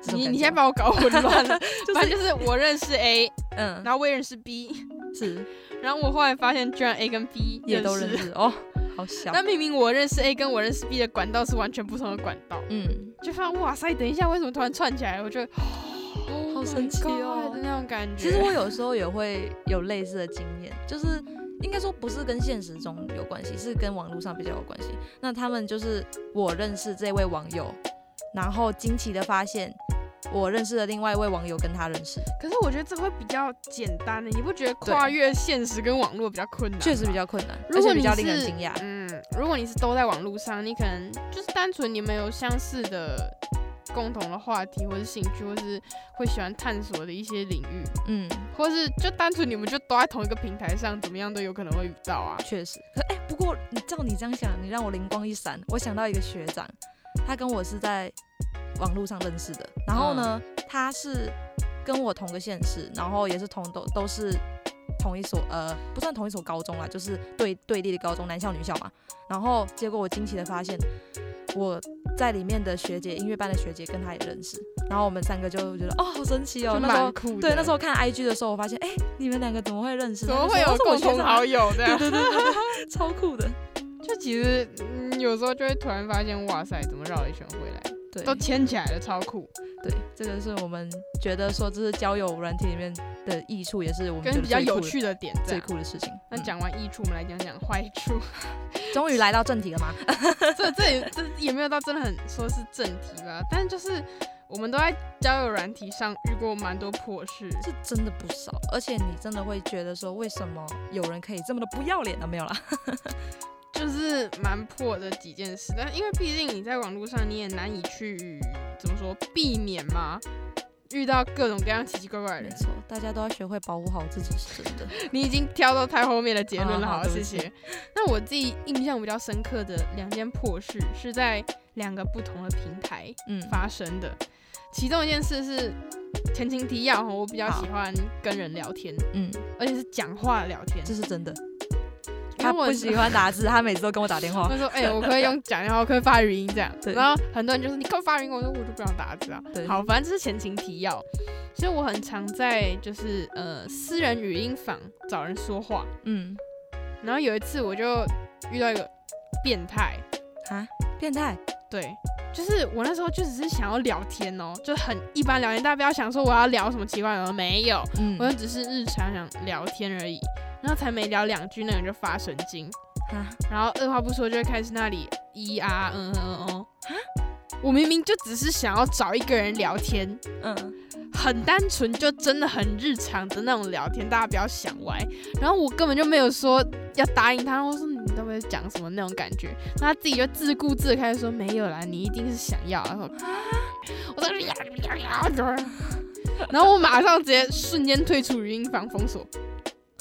Speaker 2: 这种
Speaker 1: 你
Speaker 2: 感
Speaker 1: 你
Speaker 2: 觉
Speaker 1: 先把我搞混乱了，
Speaker 2: *laughs* 就
Speaker 1: *laughs* 反
Speaker 2: 是
Speaker 1: 正就是我认识 A，
Speaker 2: 嗯
Speaker 1: 然后我也认识 B， *laughs*
Speaker 2: 是
Speaker 1: 然后我后来发现居然 A 跟 B
Speaker 2: 也都认
Speaker 1: 识，
Speaker 2: 识哦，好小
Speaker 1: 那明明我认识 A 跟我认识 B 的管道是完全不同的管道，
Speaker 2: 嗯
Speaker 1: 就发现哇塞，等一下为什么突然串起来？我 *gasps* 觉得 oh
Speaker 2: 好
Speaker 1: my
Speaker 2: 神奇哦
Speaker 1: God 的那种感觉。
Speaker 2: 其实我有时候也会有类似的经验，就是应该说不是跟现实中有关系，是跟网络上比较有关系。那他们就是我认识这位网友，然后惊奇的发现我认识的另外一位网友跟他认识，
Speaker 1: 可是我觉得这会比较简单的，你不觉得跨越现实跟网络比较困难吗？
Speaker 2: 确实比较困难，
Speaker 1: 如
Speaker 2: 而
Speaker 1: 果
Speaker 2: 且
Speaker 1: 你
Speaker 2: 比较令人
Speaker 1: 是
Speaker 2: 惊讶。
Speaker 1: 嗯，如果你是都在网络上，你可能就是单纯你们有相似的共同的话题，或是兴趣，或是会喜欢探索的一些领域，
Speaker 2: 嗯，
Speaker 1: 或是就单纯你们就都在同一个平台上，怎么样都有可能会遇到啊。
Speaker 2: 确实，可哎、不过你照你这样想，你让我灵光一闪，我想到一个学长，他跟我是在网络上认识的，然后呢，
Speaker 1: 嗯
Speaker 2: 他是跟我同个县市，然后也是同都都是同一所呃不算同一所高中啦，就是对对立的高中，男校女校嘛。然后结果我惊奇的发现，我在里面的学姐音乐班的学姐跟他也认识，然后我们三个就觉得哦好神奇哦
Speaker 1: 就，
Speaker 2: 那时候
Speaker 1: 蛮酷的。
Speaker 2: 对那时候看 IG 的时候，我发现哎、你们两个怎么会认识？
Speaker 1: 怎么
Speaker 2: 他就
Speaker 1: 会
Speaker 2: 说
Speaker 1: 有
Speaker 2: 哦是我
Speaker 1: 共
Speaker 2: 学
Speaker 1: 同
Speaker 2: 长啊
Speaker 1: 好友这样？
Speaker 2: 对
Speaker 1: *laughs*
Speaker 2: 对对对，超酷的。
Speaker 1: 就其实、嗯、有时候就会突然发现，哇塞，怎么绕了一圈回来？
Speaker 2: *laughs* 对，
Speaker 1: 都牵起来了，超酷，
Speaker 2: 对，这个是我们觉得说这是交友软体里面的益处，也是我们觉
Speaker 1: 跟
Speaker 2: 得
Speaker 1: 比较
Speaker 2: 最酷
Speaker 1: 有
Speaker 2: 的
Speaker 1: 趣的点这
Speaker 2: 最
Speaker 1: 样。
Speaker 2: 酷的事情。
Speaker 1: 那
Speaker 2: 嗯，
Speaker 1: 讲完益处，我们来讲讲坏
Speaker 2: *laughs*
Speaker 1: 处。
Speaker 2: 终于来到正题了吗？
Speaker 1: 这这也这也没有到真的很说是正题吧，但就是我们都在交友软体上遇过蛮多破事，
Speaker 2: 这真的不少，而且你真的会觉得说，为什么有人可以这么的不要脸呢？没有啦，
Speaker 1: 就是蛮破的几件事。但因为毕竟你在网络上，你也难以去怎么说避免嘛，遇到各种各样奇奇怪怪的
Speaker 2: 没
Speaker 1: 人，
Speaker 2: 错，大家都要学会保护好自己，是真的。
Speaker 1: 你已经挑到太后面的结论了，
Speaker 2: 啊好
Speaker 1: 好，
Speaker 2: 对不
Speaker 1: 谢
Speaker 2: 起
Speaker 1: 谢。那我自己印象比较深刻的两件破事是在两个不同的平台
Speaker 2: 嗯，
Speaker 1: 发生的，其中一件事是前情提要哈，我比较喜欢跟人聊天，
Speaker 2: 嗯，
Speaker 1: 而且是讲话聊天，
Speaker 2: 这是真的。
Speaker 1: 因为
Speaker 2: 他
Speaker 1: 我
Speaker 2: 不喜欢打字，他每次都跟我打电
Speaker 1: *laughs*
Speaker 2: 话。
Speaker 1: 他说：“哎、我可以用讲电话，我可以发语音这样。”
Speaker 2: 对
Speaker 1: 然后很多人就说：“你给我发语音。”我说：“我就不想打字啊。”
Speaker 2: 对
Speaker 1: 好，反正这是前情提要。所以我很常在就是呃私人语音房找人说话。
Speaker 2: 嗯，
Speaker 1: 然后有一次我就遇到一个变态，
Speaker 2: 啊，变态，
Speaker 1: 对，就是我那时候就只是想要聊天哦，就很一般聊天，大家不要想说我要聊什么奇怪的，没有，
Speaker 2: 嗯
Speaker 1: 我就只是日常想聊天而已。然后才没聊两句，那个人就发神经，
Speaker 2: 啊，
Speaker 1: 然后二话不说就会开始那里咿啊嗯嗯嗯哦我明明就只是想要找一个人聊天，
Speaker 2: 嗯，
Speaker 1: 很单纯，就真的很日常的那种聊天，大家不要想歪。然后我根本就没有说要答应他，我说你到底在讲什么那种感觉。那他自己就自顾自地开始说没有啦，你一定是想要啊。然后我说呀呀呀呀，然后我马上直接瞬间退出语音房封锁。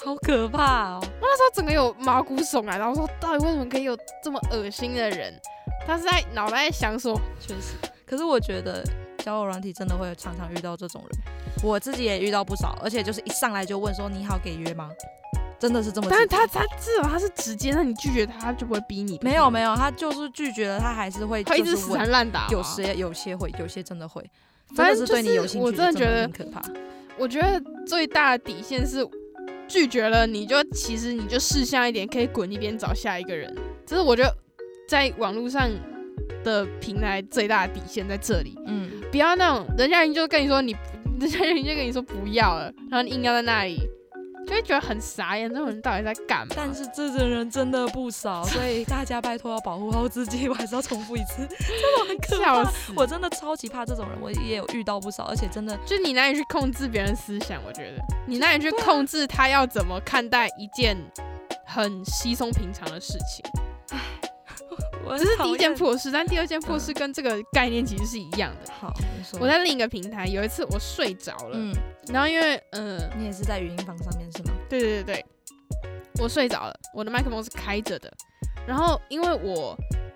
Speaker 2: 好可怕哦。
Speaker 1: 他整个有毛骨悚然，然后说到底为什么可以有这么恶心的人？他是在脑袋想说，
Speaker 2: 确实，可是我觉得交友软体真的会常常遇到这种人，我自己也遇到不少，而且就是一上来就问说你好给约吗？真的是这么直接？
Speaker 1: 但是他他至少他是直接，那你拒绝他，他就不会逼你。
Speaker 2: 没有，没有，他就是拒绝了，他还是会
Speaker 1: 他一
Speaker 2: 就
Speaker 1: 直
Speaker 2: 是
Speaker 1: 死
Speaker 2: 问，
Speaker 1: 缠烂打。
Speaker 2: 有，些有些会，有些真的会，真
Speaker 1: 反
Speaker 2: 的
Speaker 1: 正
Speaker 2: 是
Speaker 1: 就
Speaker 2: 对你有
Speaker 1: 是
Speaker 2: 兴
Speaker 1: 我
Speaker 2: 趣，
Speaker 1: 真的觉得
Speaker 2: 很，可怕。
Speaker 1: 我觉得最大的底线是拒绝了，你就其实你就识相一点，可以滚一边找下一个人。这是我觉得在网络上的平台最大的底线在这里，
Speaker 2: 嗯，
Speaker 1: 不要那种人家人就跟你说你， *laughs* 人家人就跟你说不要了，然后你硬要在那里，就会觉得很傻眼，这种人到底在干嘛？
Speaker 2: 但是这种人真的不 *laughs* 少，所以大家拜托要保护好自己。我还是要重复一次，真的很可
Speaker 1: 笑
Speaker 2: 怕。
Speaker 1: 死！
Speaker 2: 我真的超级怕这种人，我也有遇到不少，而且真的
Speaker 1: 就你难以去控制别人思想，我觉得你难以去控制他要怎么看待一件很稀松平常的事情。
Speaker 2: 我
Speaker 1: 这是
Speaker 2: 很
Speaker 1: 第一
Speaker 2: 讨
Speaker 1: 件
Speaker 2: 厌嗯
Speaker 1: 破事，但第二件破事跟这个概念其实是一样的。
Speaker 2: 好，你说
Speaker 1: 我在另一个平台有一次我睡着了，
Speaker 2: 嗯，
Speaker 1: 然后因为嗯、
Speaker 2: 你也是在语音房上面是吗？
Speaker 1: 对对对对，我睡着了，我的麦克风是开着的，然后因为我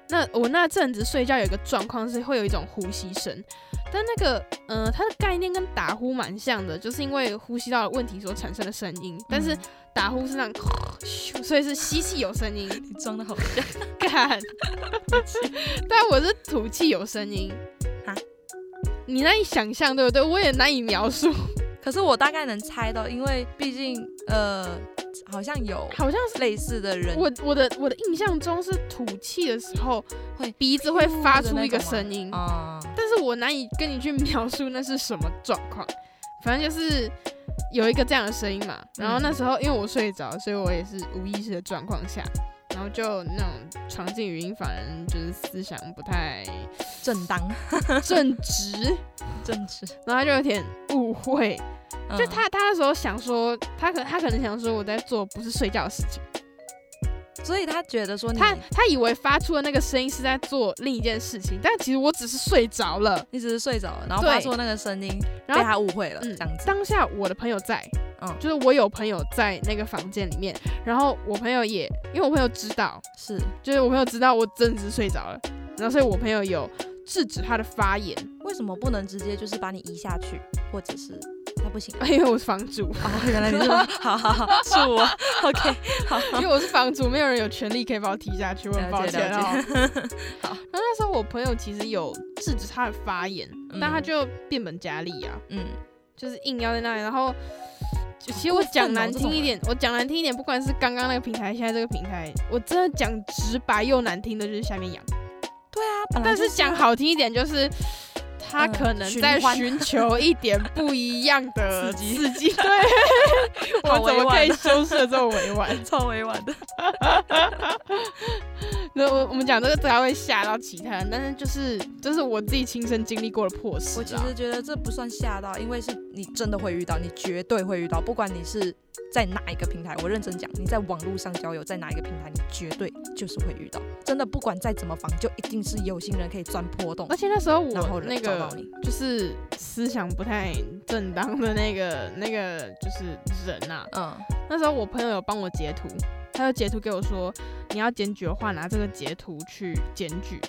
Speaker 1: 那我那阵子睡觉有一个状况是会有一种呼吸声，但那个嗯、呃它的概念跟打呼蛮像的，就是因为呼吸道的问题所产生的声音，但是
Speaker 2: 嗯
Speaker 1: 打呼是那样咻，所以是吸气有 *laughs* 声音，
Speaker 2: 你装的好， *laughs*
Speaker 1: 干，但我是吐气有声音
Speaker 2: 啊，
Speaker 1: 你难以想象对不对？我也难以描述，
Speaker 2: 可是我大概能猜到，因为毕竟呃，好像有
Speaker 1: 好像是。
Speaker 2: 类似的人，
Speaker 1: 我我的我的印象中是吐气的时候，
Speaker 2: 会
Speaker 1: 鼻子会发出一个声音，
Speaker 2: 啊、
Speaker 1: 但是我难以跟你去 *laughs* 描述那是什么状况。反正就是有一个这样的声音嘛。然后
Speaker 2: 嗯
Speaker 1: 那时候因为我睡着，所以我也是无意识的状况下，然后就那种闯进语音房的人，就是思想
Speaker 2: *laughs*
Speaker 1: 不太
Speaker 2: 正当
Speaker 1: 正直，
Speaker 2: 正直，
Speaker 1: 然后他就有点误会，
Speaker 2: 嗯
Speaker 1: 就他他那时候想说，他可他可能想说我在做不是睡觉的事情。
Speaker 2: 所以他觉得说你
Speaker 1: 他他以为发出的那个声音是在做另一件事情，但其实我只是睡着了。
Speaker 2: 你只是睡着了，然后
Speaker 1: 对
Speaker 2: 发出那个声音，
Speaker 1: 然
Speaker 2: 被
Speaker 1: 后
Speaker 2: 他误会了，
Speaker 1: 嗯
Speaker 2: 这样子，
Speaker 1: 当下我的朋友在，
Speaker 2: 嗯
Speaker 1: 就是我有朋友在那个房间里面，然后我朋友也，因为我朋友知道，
Speaker 2: 是
Speaker 1: 就是我朋友知道我真的是睡着了，然后所以我朋友有制止他的发言， *laughs*
Speaker 2: 为什么不能直接就是把你移下去，或者是他不行啊？
Speaker 1: 因为我是房
Speaker 2: *laughs*
Speaker 1: 主，
Speaker 2: 哦，原来你是好好好，是 *laughs* 我，OK，好，
Speaker 1: 因为我是房主，没有人有权利可以把我踢下去，我很抱
Speaker 2: 了解
Speaker 1: 歉哦。
Speaker 2: 了
Speaker 1: 然后
Speaker 2: 解，
Speaker 1: 那时候我朋友其实有制止他的发言，但他就变本加厉啊，
Speaker 2: 嗯，
Speaker 1: 就是硬要在那里，然后就其实我讲难听一点，我讲难听一点，不管是嗯刚刚那个平台，现在这个平台，我真的讲直白又难听的就是下面痒，
Speaker 2: 对啊，啊，本来
Speaker 1: 但
Speaker 2: 就是
Speaker 1: 讲好听一点，就是他
Speaker 2: 嗯
Speaker 1: 可能
Speaker 2: 寻
Speaker 1: 在
Speaker 2: 欢
Speaker 1: 寻求一点不一样的
Speaker 2: 刺激
Speaker 1: *laughs* 刺激。对，
Speaker 2: 好
Speaker 1: 我怎
Speaker 2: 委
Speaker 1: 么可
Speaker 2: 婉
Speaker 1: 以
Speaker 2: 的
Speaker 1: 修饰得这么委婉？
Speaker 2: 超委婉的，
Speaker 1: *laughs* 那我我们讲这个，才会吓到其他人，但是就是这是我自己亲身经历过的破事、啊。
Speaker 2: 我其实觉得这不算吓到，因为是你真的会遇到，你绝对会遇到，不管你是在哪一个平台，我认真讲，你在网络上交友，在哪一个平台，你绝对就是会遇到，真的不管再怎么防，就一定是有心人可以钻破洞
Speaker 1: 而，且那时候
Speaker 2: 然后
Speaker 1: 我
Speaker 2: 人
Speaker 1: 那
Speaker 2: 找到
Speaker 1: 个
Speaker 2: 你。
Speaker 1: 就是思想不太正当的那个那个就是人啊，
Speaker 2: 嗯，
Speaker 1: 那时候我朋友有帮我截图，他就截图给我说，你要检举的话，拿这个截图去检举。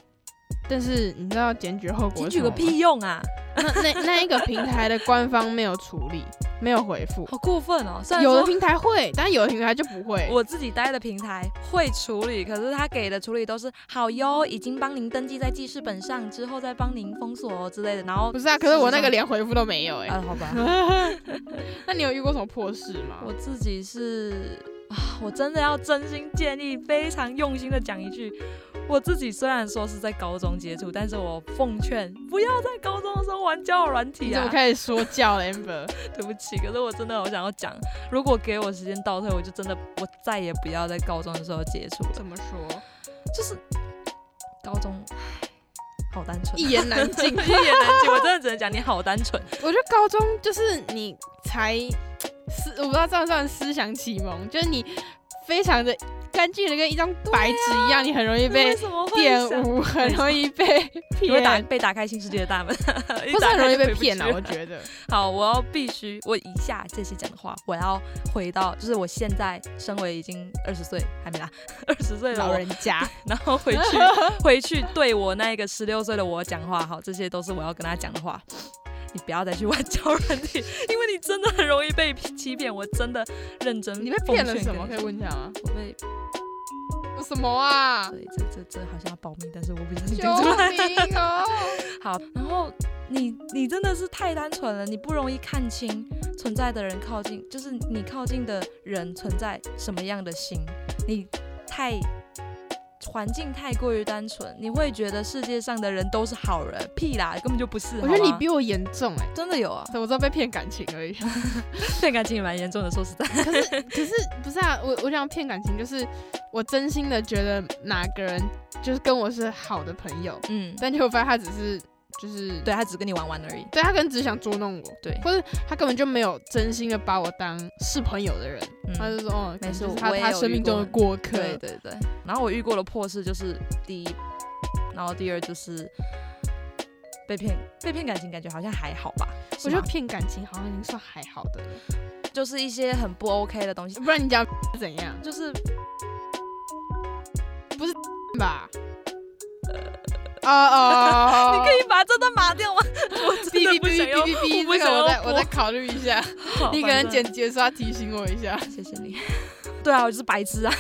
Speaker 1: 但是你知道检举后果
Speaker 2: 检
Speaker 1: 是
Speaker 2: 举
Speaker 1: 什么
Speaker 2: 个
Speaker 1: 吗？
Speaker 2: 屁用啊！
Speaker 1: 那那那一个平台的官方没有处理，没有回复。
Speaker 2: 好过分哦！虽然
Speaker 1: 有的
Speaker 2: 说
Speaker 1: 平台会，但有的平台就不会。
Speaker 2: 我自己待的平台会处理，可是他给的处理都是好哟，已经帮您登记在记事本上，之后再帮您封锁哦之类的。然后
Speaker 1: 不是啊，可是我那个
Speaker 2: 事
Speaker 1: 连回复都没有哎、
Speaker 2: 实上啊，
Speaker 1: *laughs*
Speaker 2: 好吧，
Speaker 1: 那你有遇过什么破事吗？
Speaker 2: 我自己是啊，我真的要真心建议，非常用心的讲一句，我自己虽然说是在高中接触，但是我奉劝不要在高中的时候玩交友软
Speaker 1: 你
Speaker 2: 体
Speaker 1: 怎
Speaker 2: 啊
Speaker 1: 么。开始说教了，amber？
Speaker 2: 对不起，可是我真的好想要讲，如果给我时间倒退，我就真的我再也不要在高中的时候接触了。
Speaker 1: 怎么说？
Speaker 2: 就是高中，唉好单纯，啊
Speaker 1: 一言难尽。
Speaker 2: *laughs* 一言难尽。我真的只能讲你好单纯，
Speaker 1: 我觉得高中就是你才思，我不知道算不算思想启蒙，就是你非常的干净的跟一张白纸一样，你很容易
Speaker 2: 为
Speaker 1: 被
Speaker 2: 什么 *laughs* 会
Speaker 1: 玷
Speaker 2: 想
Speaker 1: 污，很容易被
Speaker 2: *laughs* 你会打
Speaker 1: 骗，
Speaker 2: 被打开新世界的大门， *laughs*
Speaker 1: 不
Speaker 2: 不
Speaker 1: 是很容易被骗啊？我
Speaker 2: *laughs*
Speaker 1: 觉得，
Speaker 2: 好，我要必须，我以下这些讲的话，我要回到，就是我现在身为已经二十岁，还没啦，二十岁的
Speaker 1: 老
Speaker 2: 我，
Speaker 1: 人
Speaker 2: *laughs*
Speaker 1: 家
Speaker 2: 然后回
Speaker 1: *laughs*
Speaker 2: 去回去对我那一个十六岁的我讲话，好，这些都是我要跟他讲的话。你不要再去玩交友软体，因为你真的很容易被欺骗。我真的认真奉劝跟你
Speaker 1: 你被
Speaker 2: 说，
Speaker 1: 骗了什么？可以问一下吗？
Speaker 2: 我被
Speaker 1: 什么啊？
Speaker 2: 对，这这这好像要保密，但是我不小心
Speaker 1: 救
Speaker 2: 听出来。
Speaker 1: 命哦！
Speaker 2: 好，然后你你真的是太单纯了，你不容易看清存在的人靠近，就是你靠近的人存在什么样的心，你太环境太过于单纯，你会觉得世界上的人都是好人，屁啦，根本就不 *laughs* 是。
Speaker 1: 我觉得
Speaker 2: 好
Speaker 1: 你
Speaker 2: 吗
Speaker 1: 比我严重哎、
Speaker 2: 真的有 *laughs* 啊，
Speaker 1: 我知道被骗感情而已。
Speaker 2: 骗感情也蛮严重的，说实在，
Speaker 1: 可是不是啊？我我想骗感情，就是我真心的觉得哪个人就是跟我是好的朋友，
Speaker 2: 嗯，
Speaker 1: 但结果发现他只是就是
Speaker 2: 对他只跟你玩玩而已，
Speaker 1: 对他可能只是想捉弄我，
Speaker 2: 对
Speaker 1: 或者他根本就没有真心的把我当是朋友的人，他
Speaker 2: 嗯。
Speaker 1: 就说哦，
Speaker 2: 没事
Speaker 1: 可能就是他
Speaker 2: 我也有
Speaker 1: 他生命中的过客，
Speaker 2: 对对对，然后我遇过的破事就是第一，然后第二就是被骗，被骗感情感觉好像还好吧，
Speaker 1: 我
Speaker 2: 是
Speaker 1: 觉得
Speaker 2: 吗
Speaker 1: 骗感情好像已经算还好的了，
Speaker 2: 就是一些很不 OK 的东西，
Speaker 1: 不然你讲 *laughs* 怎样
Speaker 2: 就是
Speaker 1: 吧？哦哦，
Speaker 2: 你可以把这段码掉吗？
Speaker 1: *laughs*
Speaker 2: 我真
Speaker 1: 哔
Speaker 2: 的
Speaker 1: 哔
Speaker 2: 不想要
Speaker 1: 哔，哔哔
Speaker 2: 我不
Speaker 1: 哔，这
Speaker 2: 想
Speaker 1: 个
Speaker 2: 要
Speaker 1: 我再我
Speaker 2: 播
Speaker 1: 再考虑一下，
Speaker 2: *laughs* 好
Speaker 1: 你可能，
Speaker 2: 反
Speaker 1: 剪辑的时候要提醒我一下，
Speaker 2: 正谢谢
Speaker 1: *laughs*
Speaker 2: 你。对啊，我就是白痴啊，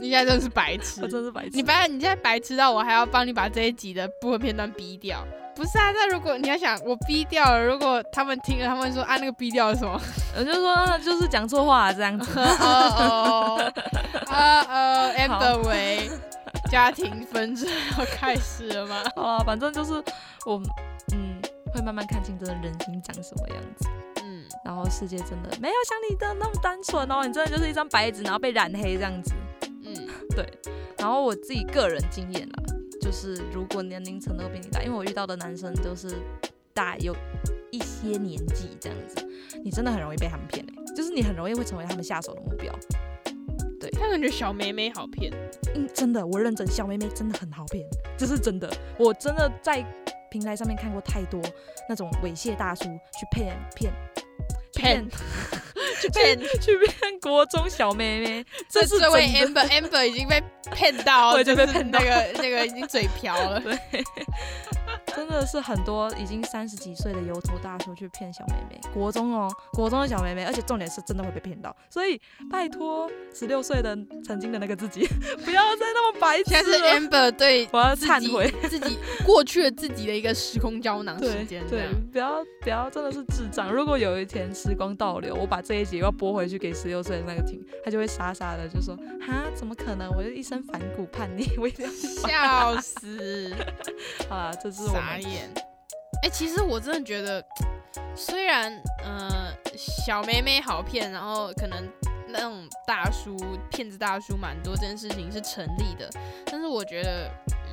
Speaker 1: 你现在真的是白痴
Speaker 2: *laughs* 我，真的是白痴。
Speaker 1: 你白你现在白痴到我还要帮你把这一集的部分片段逼掉。不是啊，那如果你要想我逼掉了，如果他们听了，他们会说啊那个逼掉了什么？
Speaker 2: 我就说呃就是讲错话啊这样子。
Speaker 1: *laughs* 哦 *laughs* 哦哦哦，amber 为家庭纷争要开始了吗？
Speaker 2: 好啊，反正就是我嗯会慢慢看清真的人心长什么样子。
Speaker 1: *laughs* 嗯，
Speaker 2: 然后世界真的没有想你的那么单纯哦，你真的就是一张白纸，然后被染黑这样子。
Speaker 1: 嗯，
Speaker 2: 然后我自己个人经验啦，就是如果年龄层都比你大，因为我遇到的男生都是大有一些年纪这样子，你真的很容易被他们骗、欸、就是你很容易会成为他们下手的目标。
Speaker 1: 他感觉小妹妹好骗，
Speaker 2: 嗯，真的，我认真，小妹妹真的很好骗，这是真的。我真的在平台上面看过太多那种猥亵大叔去骗骗骗
Speaker 1: 去 *laughs* 骗，
Speaker 2: 去骗国中小妹
Speaker 1: *laughs*
Speaker 2: 妹，这
Speaker 1: 这
Speaker 2: 是
Speaker 1: 这位
Speaker 2: 真的
Speaker 1: *laughs* amber amber 已经被骗到，
Speaker 2: 我已经被
Speaker 1: 就是
Speaker 2: 骗到
Speaker 1: 那个那个已经嘴瓢了。
Speaker 2: 对，真的是很多已经三十几岁的油头大叔去骗小妹妹，国中哦，国中的小妹妹，而且重点是真的会被骗到，所以拜托十六岁的曾经的那个自己， *laughs* 不要再那么白痴
Speaker 1: 现在是
Speaker 2: 了。
Speaker 1: Amber 对
Speaker 2: 我要
Speaker 1: 自
Speaker 2: 忏
Speaker 1: 己
Speaker 2: 悔，
Speaker 1: 自己过去的自己的一个时空胶囊时
Speaker 2: 对
Speaker 1: 间，这
Speaker 2: 对
Speaker 1: 样，
Speaker 2: 不要不要，真的是智障。如果有一天时光倒流，我把这一集要播回去给十六岁的那个听，他就会傻傻的就说：哈，怎么可能？我就一身反骨叛逆，我一定要去反。
Speaker 1: 笑 *laughs* 死，
Speaker 2: 好啦，这是我
Speaker 1: 傻
Speaker 2: 们
Speaker 1: 眼。哎、其实我真的觉得，虽然呃小妹妹好骗，然后可能那种大叔骗子大叔蛮多这件事情是成立的，但是我觉得。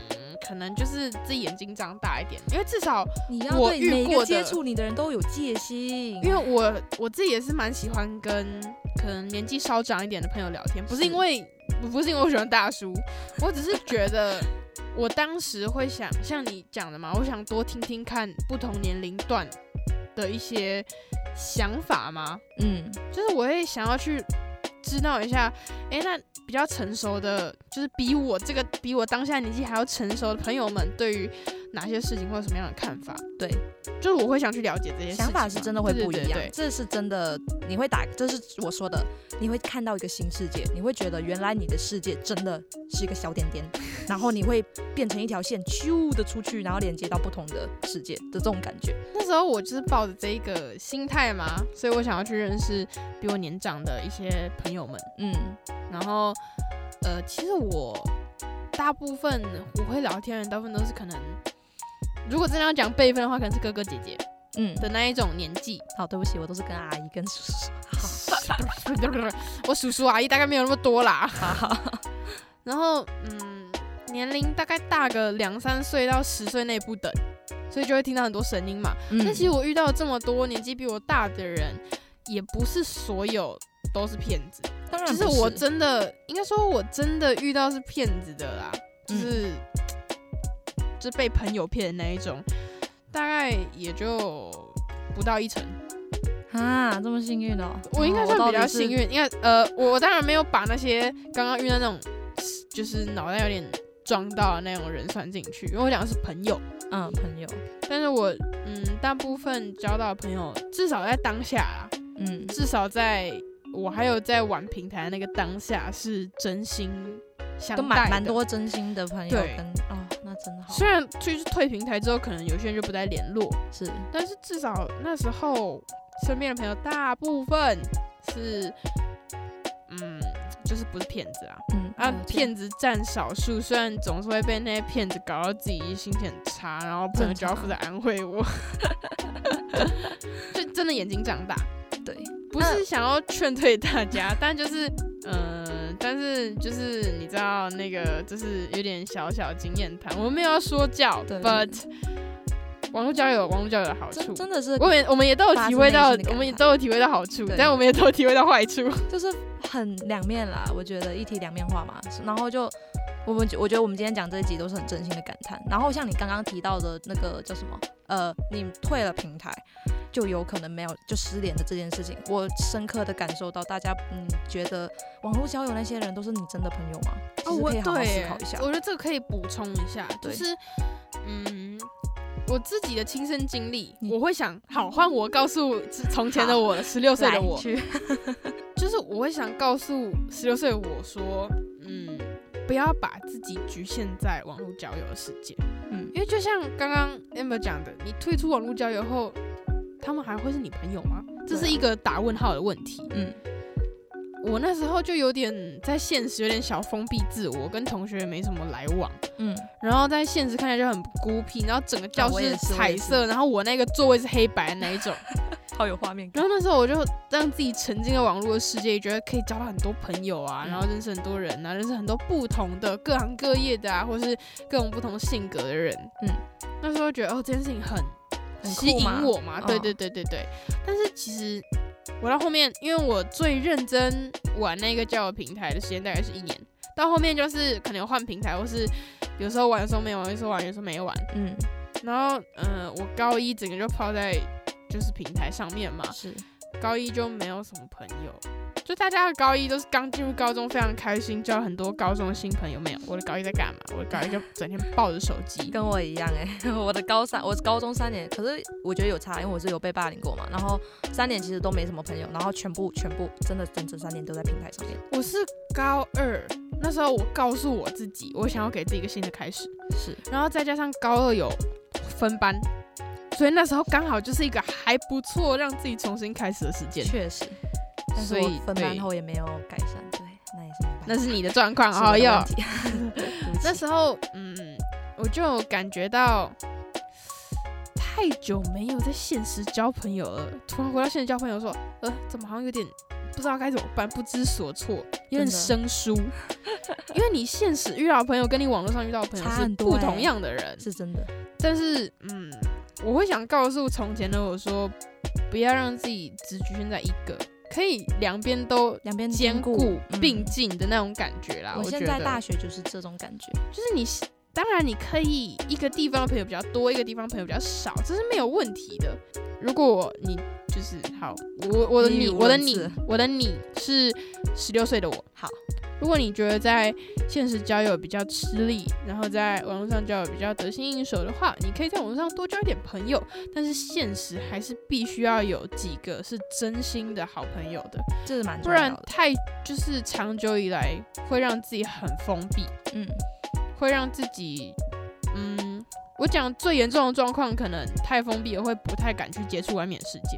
Speaker 1: 嗯，可能就是自己眼睛张大一点，因为至少
Speaker 2: 你要
Speaker 1: 我
Speaker 2: 对
Speaker 1: 遇
Speaker 2: 每一
Speaker 1: 过
Speaker 2: 个
Speaker 1: 的
Speaker 2: 接触你的人都有戒心，
Speaker 1: 因为我我自己也是蛮喜欢跟可能年纪稍长一点的朋友聊天，不是
Speaker 2: 是
Speaker 1: 因为不是因为我喜欢大叔，我只是觉得我当时会想像你讲的嘛，我想多听听看不同年龄段的一些想法嘛，
Speaker 2: 嗯，
Speaker 1: 就是我会想要去知道一下，诶，那比较成熟的，就是比我这个比我当下年纪还要成熟的朋友们，对于哪些事情会有什么样的看法？
Speaker 2: 对，
Speaker 1: 就是我会想去了解这些事情嘛，
Speaker 2: 想法是真的会
Speaker 1: 对
Speaker 2: 不一
Speaker 1: 对
Speaker 2: 样，
Speaker 1: 对对
Speaker 2: 这是真的，你会打，这是我说的，你会看到一个新世界，你会觉得原来你的世界真的是一个小 *laughs* 点点，然后你会变成一条线，咻的出去，然后连接到不同的世界的这种感觉。
Speaker 1: 那时候我就是抱着这一个心态嘛，所以我想要去认识比我年长的一些朋友们。
Speaker 2: 嗯，
Speaker 1: 然后，呃，其实我大部分我会聊天的人，大部分都是可能，如果真的要讲辈分的话，可能是哥哥姐姐
Speaker 2: 嗯，
Speaker 1: 的那一种年纪。 *laughs*
Speaker 2: 好，对不起，我都是跟阿姨跟叔叔。
Speaker 1: 我叔叔阿姨大概没有那么多啦。
Speaker 2: 好好好，
Speaker 1: 然后，嗯，年龄大概大个两三岁到十岁内不等，所以就会听到很多声音嘛。
Speaker 2: 嗯
Speaker 1: 但其实我遇到这么多年纪比我大的人，也不是所有都是骗子。
Speaker 2: 当然
Speaker 1: 其
Speaker 2: 不
Speaker 1: 实我真的应该说，我真的遇到是骗子的啦，
Speaker 2: 嗯
Speaker 1: 就是、就是被朋友骗的那一种，大概也就不到一成。
Speaker 2: 啊，这么幸运哦，
Speaker 1: 我应该
Speaker 2: 哦
Speaker 1: 算比
Speaker 2: 到
Speaker 1: 较
Speaker 2: 底是
Speaker 1: 幸运，因为呃，我我当然没有把那些刚刚遇到那种就是脑袋有点撞到的那种人算进去，因为我讲的是朋友。
Speaker 2: 嗯，朋友，
Speaker 1: 但是我嗯，大部分交到的朋友，至少在当下啦，
Speaker 2: 嗯
Speaker 1: 至少在我还有在玩平台那个当下是真心相
Speaker 2: 跟
Speaker 1: 待
Speaker 2: 蛮
Speaker 1: 的
Speaker 2: 蛮。多真心的朋友
Speaker 1: 对
Speaker 2: 跟哦，那真的好
Speaker 1: 虽然就是退平台之后，可能有些人就不再联络，
Speaker 2: 是
Speaker 1: 但是至少那时候身边的朋友大部分是，嗯，就是不是骗子啊，
Speaker 2: 嗯
Speaker 1: 啊
Speaker 2: 了，解
Speaker 1: 骗子占少数，虽然总是会被那些骗子搞到自己心情很差，然后朋友就要负责安慰我， *laughs* 就真的眼睛长大，
Speaker 2: 对。
Speaker 1: 不是想要劝退大家，但就是，嗯、但是就是你知道那个，就是有点小小经验谈，我们没有要说教
Speaker 2: 对
Speaker 1: ，but 网络交友，网络交友的好处
Speaker 2: 真。真的是
Speaker 1: 我们我们也都有体会
Speaker 2: 发
Speaker 1: 到
Speaker 2: 自内心的感，慨
Speaker 1: 我们也都有体会到好处，
Speaker 2: 对
Speaker 1: 但我们也都有体会到坏 *laughs* 处。
Speaker 2: 就是很两面啦，我觉得一体两面化嘛。然后就我们我觉得我们今天讲这一集都是很真心的感叹。然后像你刚刚提到的那个叫什么，呃，你退了平台，就有可能没有就失联的这件事情，我深刻的感受到大家嗯觉得网络交友那些人都是你真的朋友吗？其实可以好好
Speaker 1: 哦对
Speaker 2: 思
Speaker 1: 耶
Speaker 2: 考一下。
Speaker 1: 我觉得这个可以补充一下，就
Speaker 2: 对
Speaker 1: 是嗯，我自己的亲身经历，
Speaker 2: 你
Speaker 1: 我会想，好，换我告诉从前的我，十六岁的
Speaker 2: 来
Speaker 1: 我，
Speaker 2: 去， *laughs*
Speaker 1: 就是我会想告诉十六岁的我说，嗯，不要把自己局限在网络交友的世界，
Speaker 2: 嗯，
Speaker 1: 因为就像刚刚 Amber 讲的，你退出网络交友后，他们还会是你朋友吗？这是
Speaker 2: 对啊
Speaker 1: 一个打问号的问题。
Speaker 2: 嗯，
Speaker 1: 我那时候就有点在现实有点小封闭自我，跟同学没什么来往。
Speaker 2: 嗯，
Speaker 1: 然后在现实看起来就很孤僻，然后整个教
Speaker 2: 啊我也是
Speaker 1: 室
Speaker 2: 我也
Speaker 1: 彩色，然后我那个座位是黑白的那一种。
Speaker 2: 好有画面感。
Speaker 1: 然后那时候我就让自己沉浸在网络的世界，觉得可以交到很多朋友啊，
Speaker 2: 嗯
Speaker 1: 然后认识很多人啊，认识很多不同的各行各业的啊，或是各种不同性格的人。
Speaker 2: 嗯，
Speaker 1: 那时候觉得哦，这件事情很
Speaker 2: 很
Speaker 1: 吸
Speaker 2: 酷
Speaker 1: 引
Speaker 2: 嘛
Speaker 1: 我嘛，
Speaker 2: 嗯
Speaker 1: 对对对对对。但是其实我到后面，因为我最认真玩那个交友平台的时间大概是一年，到后面就是可能有换平台，或是有时候玩的时候没玩，有时候玩有时候没玩。
Speaker 2: 嗯，
Speaker 1: 然后嗯、呃我高一
Speaker 2: 啊
Speaker 1: 整个就泡在就是平台上面嘛，
Speaker 2: 是
Speaker 1: 高一就没有什么朋友，就大家的高一都是刚进入高中，非常开心，交很多高中的新朋友。没有，我的高一在干嘛？我的高一就整天抱着手机。
Speaker 2: 跟我一样哎、 *laughs* 我的高三，我高中三年，可是我觉得有差，因为我是有被霸凌过嘛。然后三年其实都没什么朋友，然后全部全部真的整整三年都在平台上面。
Speaker 1: 我是高二，那时候我告诉我自己，我想要给自己一个新的开始。
Speaker 2: 是，
Speaker 1: 然后再加上高二有分班，所以那时候刚好就是一个还不错让自己重新开始的时间。
Speaker 2: 确实。但是
Speaker 1: 所
Speaker 2: 我
Speaker 1: 以
Speaker 2: 分班
Speaker 1: 对
Speaker 2: 后也没有改善，对，那也是没办法。
Speaker 1: 那是你的状况
Speaker 2: 是我
Speaker 1: 哦
Speaker 2: 的
Speaker 1: 哟
Speaker 2: 问。
Speaker 1: *laughs*
Speaker 2: 题对不
Speaker 1: 那
Speaker 2: 起
Speaker 1: 时候，嗯，我就感觉到太久没有在现实交朋友了，突然回到现实交朋友说，呃，怎么好像有点不知道该怎么办，不知所措，有
Speaker 2: 真
Speaker 1: 点
Speaker 2: 的
Speaker 1: 生疏。 *laughs* 因为你现实遇到的朋友跟你网络上遇到的朋友
Speaker 2: 差
Speaker 1: 是
Speaker 2: 很多
Speaker 1: 不
Speaker 2: 欸
Speaker 1: 同样的人，
Speaker 2: 是真的，
Speaker 1: 但是，嗯，我会想告诉从前的我说，不要让自己只局限在一个，可以两边都。
Speaker 2: 两边
Speaker 1: 兼顾
Speaker 2: 顾
Speaker 1: 并。
Speaker 2: 嗯
Speaker 1: 进的那种感觉啦，
Speaker 2: 我
Speaker 1: 觉
Speaker 2: 现
Speaker 1: 得
Speaker 2: 在大学就是这种感觉，
Speaker 1: 就是你是，当然你可以一个地方的朋友比较多，一个地方朋友比较少，这是没有问题的。如果你就是好，我我的
Speaker 2: 例
Speaker 1: 你，
Speaker 2: 如
Speaker 1: 我的
Speaker 2: 文
Speaker 1: 你
Speaker 2: 字，
Speaker 1: 我的你是十六岁的我。
Speaker 2: 好，
Speaker 1: 如果你觉得在现实交友比较吃力，然后在网络上交友比较得心应手的话，你可以在网络上多交一点朋友，但是现实还是必须要有几个是真心的好朋友的，
Speaker 2: 这是蛮
Speaker 1: 不
Speaker 2: 重要
Speaker 1: 然
Speaker 2: 的。
Speaker 1: 太就是长久以来会让自己很封闭。
Speaker 2: 嗯，
Speaker 1: 会让自己，嗯，我讲最严重的状况，可能太封闭了，会不太敢去接触外面的世界，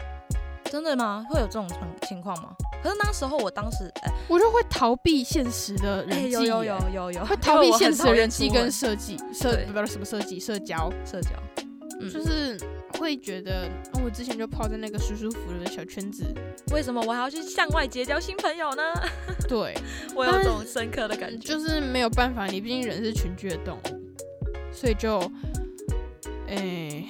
Speaker 2: 真的吗？会有这种情情况吗？可是那时候，我当时，哎、
Speaker 1: 我就会逃避现实的
Speaker 2: 哎
Speaker 1: 人际，
Speaker 2: 有有有，有有，
Speaker 1: 会逃避现实的人际
Speaker 2: *laughs* 因为我
Speaker 1: 跟
Speaker 2: 很讨厌
Speaker 1: 设计社，
Speaker 2: 对
Speaker 1: 不知道什么设计社交，
Speaker 2: 出门社交，嗯，
Speaker 1: 就
Speaker 2: 就是
Speaker 1: 会觉得，哦，我之前就泡在那个舒舒服服的小圈子，
Speaker 2: 为什么我还要去向外结交新朋友呢？ *laughs*
Speaker 1: 对，
Speaker 2: 我有这种深刻的感觉，
Speaker 1: 就是没有办法，你毕竟人是群居的动物，所以就，哎、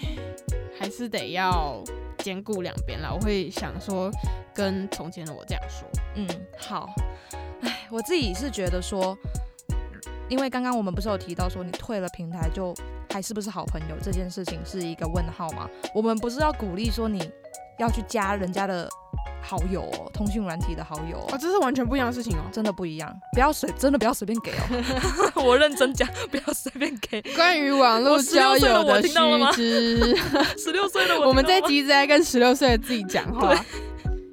Speaker 1: 还是得要兼顾两边啦。我会想说，跟从前的我这样说，
Speaker 2: 嗯，好，哎，我自己是觉得说，因为刚刚我们不是有提到说你退了平台就还是不是好朋友这件事情是一个问号嘛？我们不是要鼓励说你要去加人家的好友哦，通讯软体的好友
Speaker 1: 哦，
Speaker 2: 哦。
Speaker 1: 这是完全不一样的事情哦。
Speaker 2: 真的不一样，不要随真的不要随便给哦， *laughs* 我认真讲，不要随便给。
Speaker 1: 关于网络
Speaker 2: 我
Speaker 1: 交
Speaker 2: 16岁
Speaker 1: 友
Speaker 2: 了 *laughs*
Speaker 1: 的
Speaker 2: 我
Speaker 1: 须
Speaker 2: 听到了吗
Speaker 1: 知，
Speaker 2: 十六岁的我听到吗，
Speaker 1: 我们这集一直在跟十六岁的自己讲话，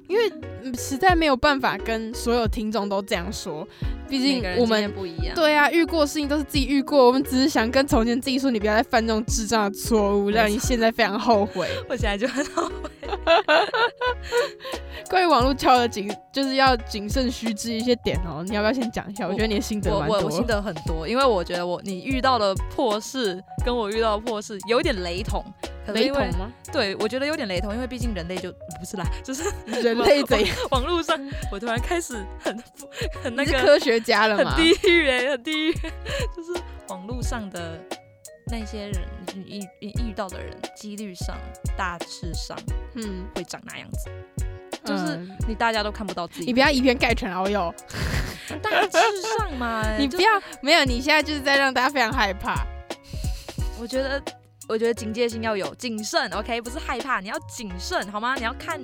Speaker 1: 因为嗯实在没有办法跟所有听众都这样说，毕
Speaker 2: 每
Speaker 1: 竟
Speaker 2: 个人
Speaker 1: 我
Speaker 2: 经
Speaker 1: 们
Speaker 2: 验不一样，
Speaker 1: 对啊，遇过的事情都是自己遇过，我们只是想跟从前自己说，你不要再犯这种智障的错误，
Speaker 2: 没错
Speaker 1: 让你现在非常后
Speaker 2: *laughs*
Speaker 1: 悔。
Speaker 2: 我现在就很好。
Speaker 1: 关于网络交友的谨，就是要谨慎须知一些点哦。你要不要先讲一下？我
Speaker 2: 我
Speaker 1: 觉得你的 *laughs* 心得
Speaker 2: 我
Speaker 1: 蛮
Speaker 2: 我我心
Speaker 1: 多。
Speaker 2: 得很多，因为我觉得我你遇到的破事跟我遇到的破事有点雷同，可是
Speaker 1: 雷
Speaker 2: 因
Speaker 1: 同
Speaker 2: 为
Speaker 1: 吗？
Speaker 2: 对我觉得有点雷同，因为毕竟人类就不是啦，就是 *laughs*
Speaker 1: 人类怎样？
Speaker 2: 网络上我突然开始很不很那
Speaker 1: 嗯你是
Speaker 2: 个
Speaker 1: 科学家了
Speaker 2: 很
Speaker 1: 吗？
Speaker 2: 地狱哎、很地狱，就是网络上的那些人你遇遇遇到的人，几率上大致上
Speaker 1: 嗯，
Speaker 2: 会长那样子，就是
Speaker 1: 嗯
Speaker 2: 你大家都看不到自己，
Speaker 1: 你不要以偏概全哦哟。
Speaker 2: 大致上嘛、哎
Speaker 1: *laughs* 你
Speaker 2: 就
Speaker 1: 不要没有，你现在就是在让大家非常害怕。
Speaker 2: 我觉得，我觉得警戒心要有，谨慎，OK，不是害怕，你要谨慎，好吗？你要看，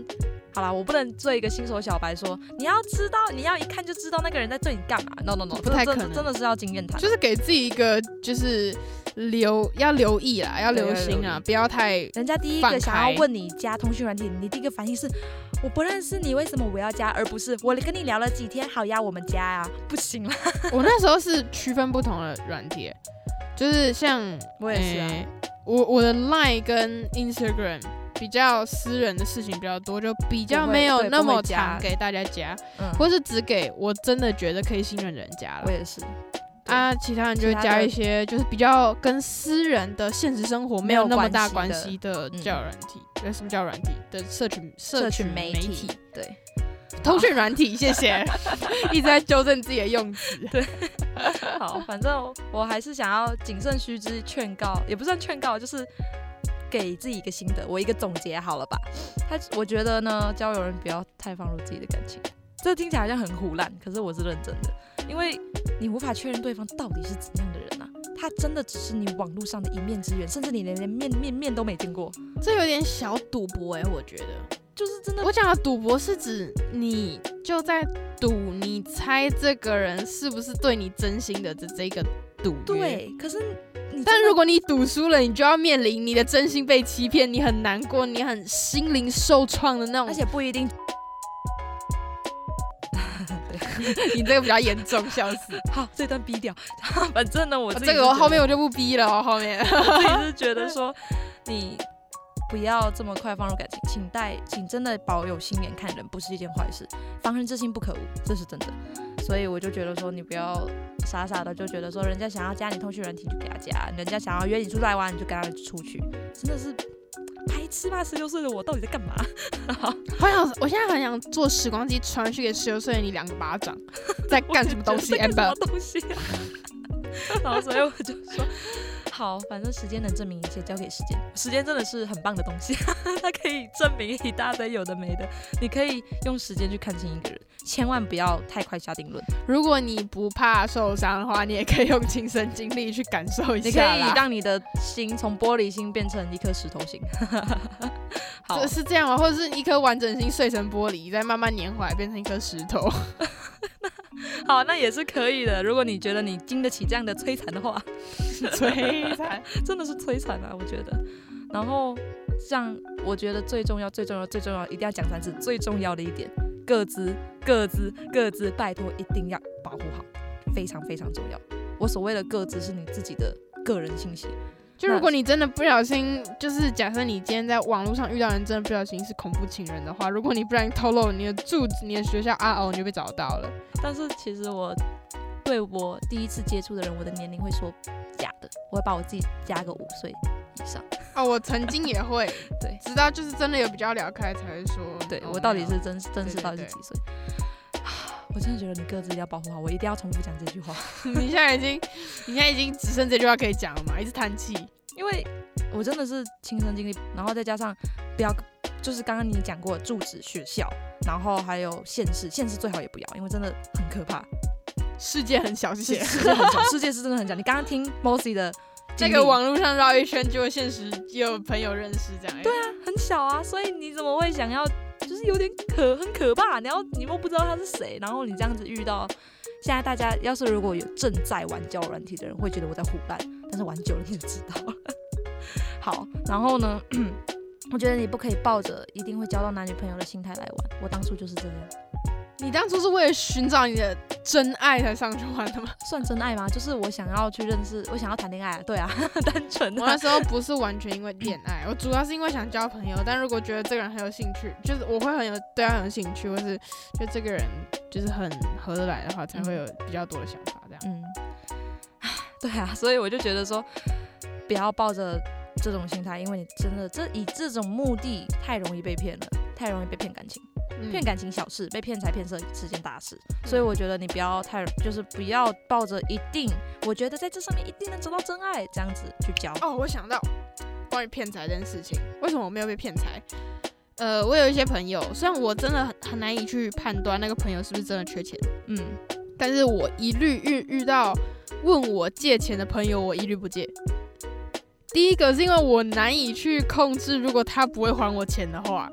Speaker 2: 好啦，我不能做一个新手小白说，你要知道，你要一看就知道那个人在对你干嘛，no no no，
Speaker 1: 不太
Speaker 2: 真
Speaker 1: 可
Speaker 2: 的
Speaker 1: 能
Speaker 2: 真的是要经验谈，
Speaker 1: 就是给自己一个就是留要留意啦，要留心
Speaker 2: 对要留
Speaker 1: 啊，
Speaker 2: 意
Speaker 1: 不要太
Speaker 2: 人家第一
Speaker 1: 放
Speaker 2: 个想
Speaker 1: 开
Speaker 2: 要问你加通讯软体，你第一个反应是我不认识你，为什么我要加，而不是我跟你聊了几天，好呀，我们加呀、不行啦，
Speaker 1: *laughs* 我那时候是区分不同的软件，就是像
Speaker 2: 我也是啊
Speaker 1: 诶我我的 Line 跟 Instagram 比较私人的事情比较多，就比较
Speaker 2: 不会
Speaker 1: 没有
Speaker 2: 对
Speaker 1: 那
Speaker 2: 不
Speaker 1: 么
Speaker 2: 会加
Speaker 1: 常给大家加，
Speaker 2: 嗯，
Speaker 1: 或是只给我真的觉得可以信任人家
Speaker 2: 我
Speaker 1: 了。
Speaker 2: 也是，
Speaker 1: 啊，其他人就会
Speaker 2: 其他的
Speaker 1: 加一些，就是比较跟私人的现实生活没有那么大关系的
Speaker 2: 嗯
Speaker 1: 交友软体，呃、什么交友软体的社群
Speaker 2: 社群
Speaker 1: 群
Speaker 2: 媒
Speaker 1: 体、
Speaker 2: 体，对，
Speaker 1: 通讯软体，谢谢， *laughs* 一直在纠正自己的用 *laughs* 词。 *laughs*
Speaker 2: 好，反正我还是想要谨慎须知，劝告也不算劝告，就是给自己一个心得，我一个总结好了吧。他我觉得呢，交友人不要太放入自己的感情，这听起来好像很胡乱，可是我是认真的，因为你无法确认对方到底是怎样的人啊。他真的只是你网络上的一面之缘，甚至你连连面面面都没见过。
Speaker 1: 这有点小赌博哎、我觉得
Speaker 2: 就是真的
Speaker 1: 我讲的赌博是指你就在赌，你猜这个人是不是对你真心的这这个赌。。
Speaker 2: 对。可是你真的，
Speaker 1: 但如果你赌输了，你就要面临你的真心被欺骗，你很难过，你很心灵受创的那
Speaker 2: 而
Speaker 1: 种。
Speaker 2: 且不一定，
Speaker 1: 你这个比较严重，笑死。
Speaker 2: 好，这段逼掉。 *laughs* 反正呢，我自己
Speaker 1: 这
Speaker 2: 是
Speaker 1: 个 *laughs* 我
Speaker 2: 觉
Speaker 1: 后
Speaker 2: 得
Speaker 1: 面我就不逼了哦，后面。
Speaker 2: *laughs* 我自己是觉
Speaker 1: *laughs*
Speaker 2: 得说，你不要这么快放入感情，请带，请真的保有心眼看人，不是一件坏事。防人之心不可无，这是真的。所以我就觉得说，你不要傻傻的就觉得说，人家想要加你通讯软体就给他加，人家想要约你出来玩你就跟他出去，真的是白痴吧？十六岁的我到底在干嘛？ *laughs*
Speaker 1: 我想，我现在很想做时光机传回去给十六岁的你两个巴掌，在干什么东 *laughs* 西
Speaker 2: 我就觉得在
Speaker 1: ？amber
Speaker 2: 干什么东西、啊？ *laughs* 然后所以我就说，好，反正时间能证明一切，交给时间。时间真的是很棒的东西， *laughs* 它可以证明一大堆有的没的。你可以用时间去看清一个人，千万不要太快下定论。
Speaker 1: 如果你不怕受伤的话，你也可以用亲身经历去感受一
Speaker 2: 你可
Speaker 1: 下
Speaker 2: 以
Speaker 1: 啦。
Speaker 2: 让你的心从玻璃心变成一颗石头心。 *laughs* 好
Speaker 1: 这，是这样吗？或者是一颗完整心碎成玻璃，再慢慢粘回来变成一颗石 *laughs* 头？
Speaker 2: 好，那也是可以的。如果你觉得你经得起这样的摧残的话，
Speaker 1: 摧残。
Speaker 2: 真的是摧残啊，我觉得。然后像我觉得最重要、最重要、最重要，一定要讲三次，最重要的一点，各自、各自、各自，拜托一定要保护好，非常非常重要。我所谓的各自是你自己的个人信息，
Speaker 1: 就如果你真的不小心，就是假设你今天在网络上遇到人，真的不小心是恐怖情人的话，如果你不小心透露你的住址、你的学校啊哦，你就被找到了。
Speaker 2: 但是其实我对我第一次接触的人，我的年龄会说假的，我会把我自己加个五岁以上。，
Speaker 1: 哦，我曾经也会
Speaker 2: 对
Speaker 1: 直到就是真的有比较聊开才会说，
Speaker 2: 对
Speaker 1: 哦
Speaker 2: 我到
Speaker 1: 没
Speaker 2: 底
Speaker 1: 有
Speaker 2: 是真真实
Speaker 1: 对对
Speaker 2: 到底是
Speaker 1: 对
Speaker 2: 几岁？ *sighs* 我真的觉得你各自要保护好，我一定要重复讲这句话。
Speaker 1: *laughs* 你现在已经，你现在已经只剩这句话可以讲了嘛？一直叹气。
Speaker 2: 因为我真的是亲身经历，然后再加上不要，就是刚刚你讲过住址、学校，然后还有县市，县市最好也不要，因为真的很可怕。
Speaker 1: 世界很小，谢
Speaker 2: 世界
Speaker 1: 谢。
Speaker 2: 世界很小，世界是真的很小。你刚刚听 Mossy 的
Speaker 1: 这
Speaker 2: 经历
Speaker 1: 个网络上绕一圈，结果现实也有朋友认识这样。对啊，
Speaker 2: 很小啊，所以你怎么会想要，就是有点可很可怕，然后你又不知道他是谁，然后你这样子遇到。现在大家要是如果有正在玩交友软体的人，会觉得我在胡乱，但是玩久了你就知道了。好，然后呢，嗯我觉得你不可以抱着一定会交到男女朋友的心态来玩。我当初就是这样，
Speaker 1: 你当初是为了寻找你的真爱才上去玩的吗？
Speaker 2: 算真爱吗？就是我想要去认识，我想要谈恋爱、啊，对 *laughs* 啊，单纯
Speaker 1: *laughs* 我
Speaker 2: 啊
Speaker 1: 那时候不是完全因为恋 *laughs* 爱，我主要是因为想交朋友。但如果觉得这个人很有兴趣，就是我会很有对他很有兴趣，或是就这个人就是很合得来的话，才会有比较多的想法这样。
Speaker 2: 嗯， *laughs* 对啊，所以我就觉得说，不要抱着这种心态，因为你真的这以这种目的太容易被骗了，太容易被骗感情，
Speaker 1: 嗯
Speaker 2: 骗感情小事，被骗财骗色是件大事。所以我觉得你不要太，就是不要抱着一定，我觉得在这上面一定能找到真爱这样子去交。
Speaker 1: 哦，我想到关于骗财这件事情，为什么我没有被骗财？呃，我有一些朋友，虽然我真的很很难以去判断那个朋友是不是真的缺钱，
Speaker 2: 嗯，
Speaker 1: 但是我一律遇遇到问我借钱的朋友，我一律不借。第一个是因为我难以去控制，如果他不会还我钱的话，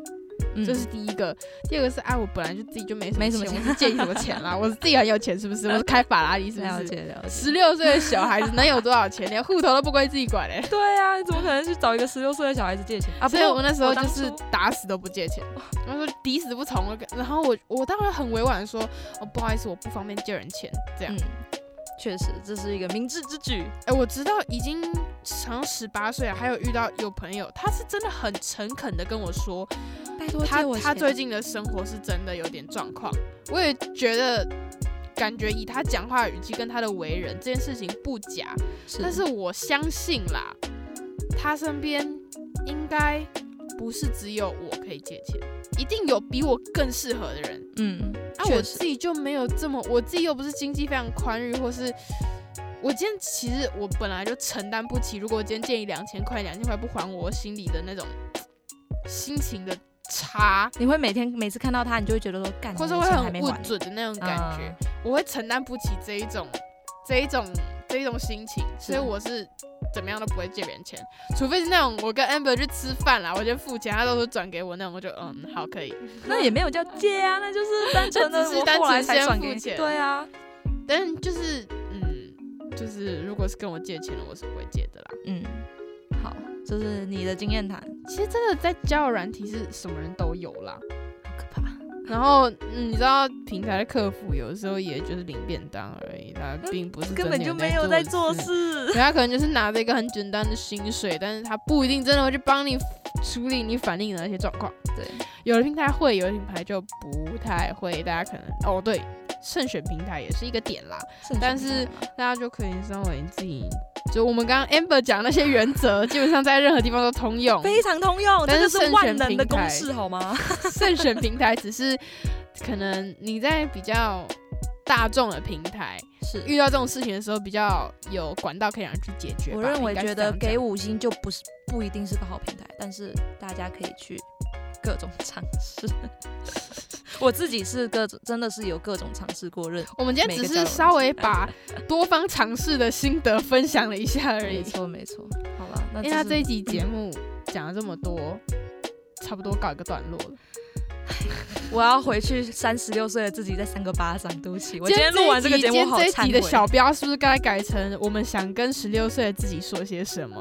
Speaker 2: 嗯
Speaker 1: 这是第一个。第二个是，哎、我本来就自己就没什么
Speaker 2: 没什么
Speaker 1: 钱，
Speaker 2: 钱
Speaker 1: 我是借你什么钱啦？我是自己很有钱，
Speaker 2: *laughs*
Speaker 1: 是不是？我是开法拉利，是
Speaker 2: 了
Speaker 1: 不是？
Speaker 2: 解了解。
Speaker 1: 十六岁的小孩子能有多少钱？连户头都不归自己管嘞、
Speaker 2: 对啊，你怎么可能去找一个十六岁的小孩子借钱啊？
Speaker 1: 所以
Speaker 2: 不过
Speaker 1: 我那时候就是
Speaker 2: 当初
Speaker 1: 打死都不借钱，然后说抵死不从。我跟然后我我当然很委婉地说，哦不好意思，我不方便借人钱这样。
Speaker 2: 嗯，确实这是一个明智之举。
Speaker 1: 哎、我知道已经好像十八岁了，还有遇到有朋友，他是真的很诚恳的跟我说，
Speaker 2: 拜托
Speaker 1: 他
Speaker 2: 借我
Speaker 1: 他
Speaker 2: 钱
Speaker 1: 最近的生活是真的有点状况。我也觉得，感觉以他讲话的语气跟他的为人，这件事情不假。但是我相信啦，他身边应该不是只有我可以借钱，一定有比我更适合的人。
Speaker 2: 嗯，
Speaker 1: 啊，
Speaker 2: 确
Speaker 1: 我
Speaker 2: 实
Speaker 1: 自己就没有这么，我自己又不是经济非常宽裕，或是我今天其实我本来就承担不起，如果我今天借你两千块，两千块不还我，我心里的那种心情的差，
Speaker 2: 你会每天每次看到他，你就会觉得说，干，
Speaker 1: 或是
Speaker 2: 你嗯
Speaker 1: 会
Speaker 2: 的钱还啊
Speaker 1: 很
Speaker 2: 没
Speaker 1: 不
Speaker 2: 还呢
Speaker 1: 准的那种感觉，
Speaker 2: 嗯
Speaker 1: 我会承担不起这一种这一种的一种心情，
Speaker 2: 是
Speaker 1: 所以我是怎么样都不会借别人钱，除非是那种我跟 Amber 去吃饭啦，我就付钱，他都是转给我那种，我就嗯好可以。
Speaker 2: 那也没有叫借啊，那
Speaker 1: *laughs*
Speaker 2: 就是单纯的
Speaker 1: 只是
Speaker 2: 我
Speaker 1: 单
Speaker 2: 后
Speaker 1: 纯
Speaker 2: 来才
Speaker 1: 先
Speaker 2: 转
Speaker 1: 付
Speaker 2: 给你。
Speaker 1: 钱
Speaker 2: 对啊，
Speaker 1: 但就是嗯，就是如果是跟我借钱的，我是不会借的啦。
Speaker 2: 嗯，好，这是你的经验谈，
Speaker 1: 其实真的在交友软体是什么人都有啦，
Speaker 2: 好可怕。
Speaker 1: 然后、嗯、你知道平台的客服有的时候也就是领便当而已，他并不是
Speaker 2: 嗯根
Speaker 1: 真
Speaker 2: 本
Speaker 1: 的
Speaker 2: 就没有在
Speaker 1: 在
Speaker 2: 做
Speaker 1: 事。
Speaker 2: 事。
Speaker 1: 人家可能就是拿着一个很简单的薪水，但是他不一定真的会去帮你处理你反应的那些状况。
Speaker 2: *laughs* 对，
Speaker 1: 有的平台会，有的平台就不太会。大家可能哦，对，慎选平台也是一个点啦。但是大家就可以稍微自己，就我们刚刚 Amber 讲那些原则，基本上在任何地方都
Speaker 2: *laughs*
Speaker 1: 通用。
Speaker 2: 啊非常通用，
Speaker 1: 但
Speaker 2: 这就
Speaker 1: 是慎
Speaker 2: 是
Speaker 1: 选
Speaker 2: 万能的
Speaker 1: 平台
Speaker 2: 公式好吗？
Speaker 1: 慎选平台只是可能你在比较大众的平台
Speaker 2: 是
Speaker 1: 遇到这种事情的时候，比较有管道可以让人去解决吧。
Speaker 2: 我认为
Speaker 1: 应该是
Speaker 2: 觉
Speaker 1: 这
Speaker 2: 得
Speaker 1: 样讲
Speaker 2: 给五星就不是不一定是个好平台，但是大家可以去各种尝试。 *laughs* 我自己是各种真的是有各种尝试过任，
Speaker 1: 我们今天只是稍微把多方尝试的心得分享了一下而
Speaker 2: 没
Speaker 1: 已。
Speaker 2: 错没错。好了，那
Speaker 1: 因为他
Speaker 2: 是
Speaker 1: 这一集节目讲了这么多，差不多告一个段落了。
Speaker 2: 我要回去三十六岁的自己再扇个巴掌，对不起，我今天录完这个节目好
Speaker 1: 今天这一
Speaker 2: 忏
Speaker 1: 集的
Speaker 2: 悔。
Speaker 1: 小标是不是该改成“我们想跟十六岁的自己说些什么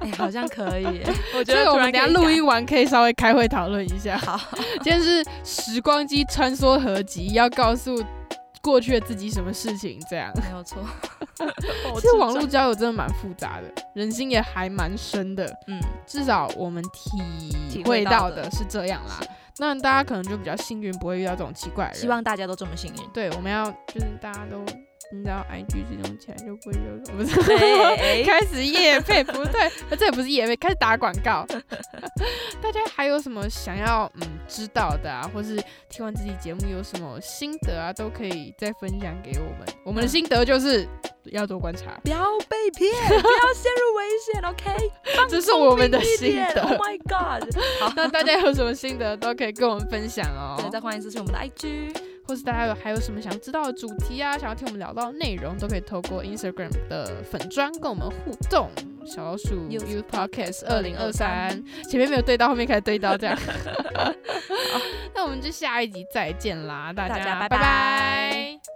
Speaker 2: 哎，好像可以
Speaker 1: *laughs*
Speaker 2: 耶，我”？觉
Speaker 1: 这
Speaker 2: 得
Speaker 1: 个
Speaker 2: 突
Speaker 1: 我
Speaker 2: 然
Speaker 1: 们等一下
Speaker 2: 可以
Speaker 1: 录
Speaker 2: 改
Speaker 1: 音完可以稍微开会讨论一下。 *laughs*
Speaker 2: 好，
Speaker 1: 今天是时光机穿梭合集，要告诉过去的自己什么事情？这样。
Speaker 2: 没有错。
Speaker 1: *laughs* 其实网络交友真的蛮复杂的，人心也还蛮深的。
Speaker 2: 嗯，
Speaker 1: 至少我们体会到的是这样啦
Speaker 2: 是。
Speaker 1: 那大家可能就比较幸运，不会遇到这种奇怪的人。
Speaker 2: 希望大家都这么幸
Speaker 1: *laughs*
Speaker 2: 运。
Speaker 1: 对，我们要就是大家都你知道，IG 这种起来就不会有什么，不是、 *laughs*
Speaker 2: 哎
Speaker 1: 开始夜配，不对， *laughs* 这也不是夜配，开始打广告。 *laughs* 大家还有什么想要嗯知道的啊，或是听完这期节目有什么心得啊，都可以再分享给我们。我们的
Speaker 2: 嗯
Speaker 1: 心得就是要多观察，
Speaker 2: 不要被骗，不要陷入危险，OK？
Speaker 1: 这是我们的
Speaker 2: 一
Speaker 1: 心
Speaker 2: 点，Oh
Speaker 1: 得。
Speaker 2: my god！好，
Speaker 1: 那大家有什么心得都可以跟我们分享哦。
Speaker 2: 对，再欢迎私信我们的 IG，
Speaker 1: 或是大家有还有什么想知道的主题啊，想要听我们聊到的内容，都可以透过 Instagram 的粉砖跟我们互动。小老鼠
Speaker 2: Youth
Speaker 1: Youth Podcast 二零二三
Speaker 2: 2023，
Speaker 1: 前面没有对到，后面开始对到，这样。 *laughs* 那我们就下一集再见啦，大
Speaker 2: 大家拜
Speaker 1: 拜
Speaker 2: 拜
Speaker 1: 拜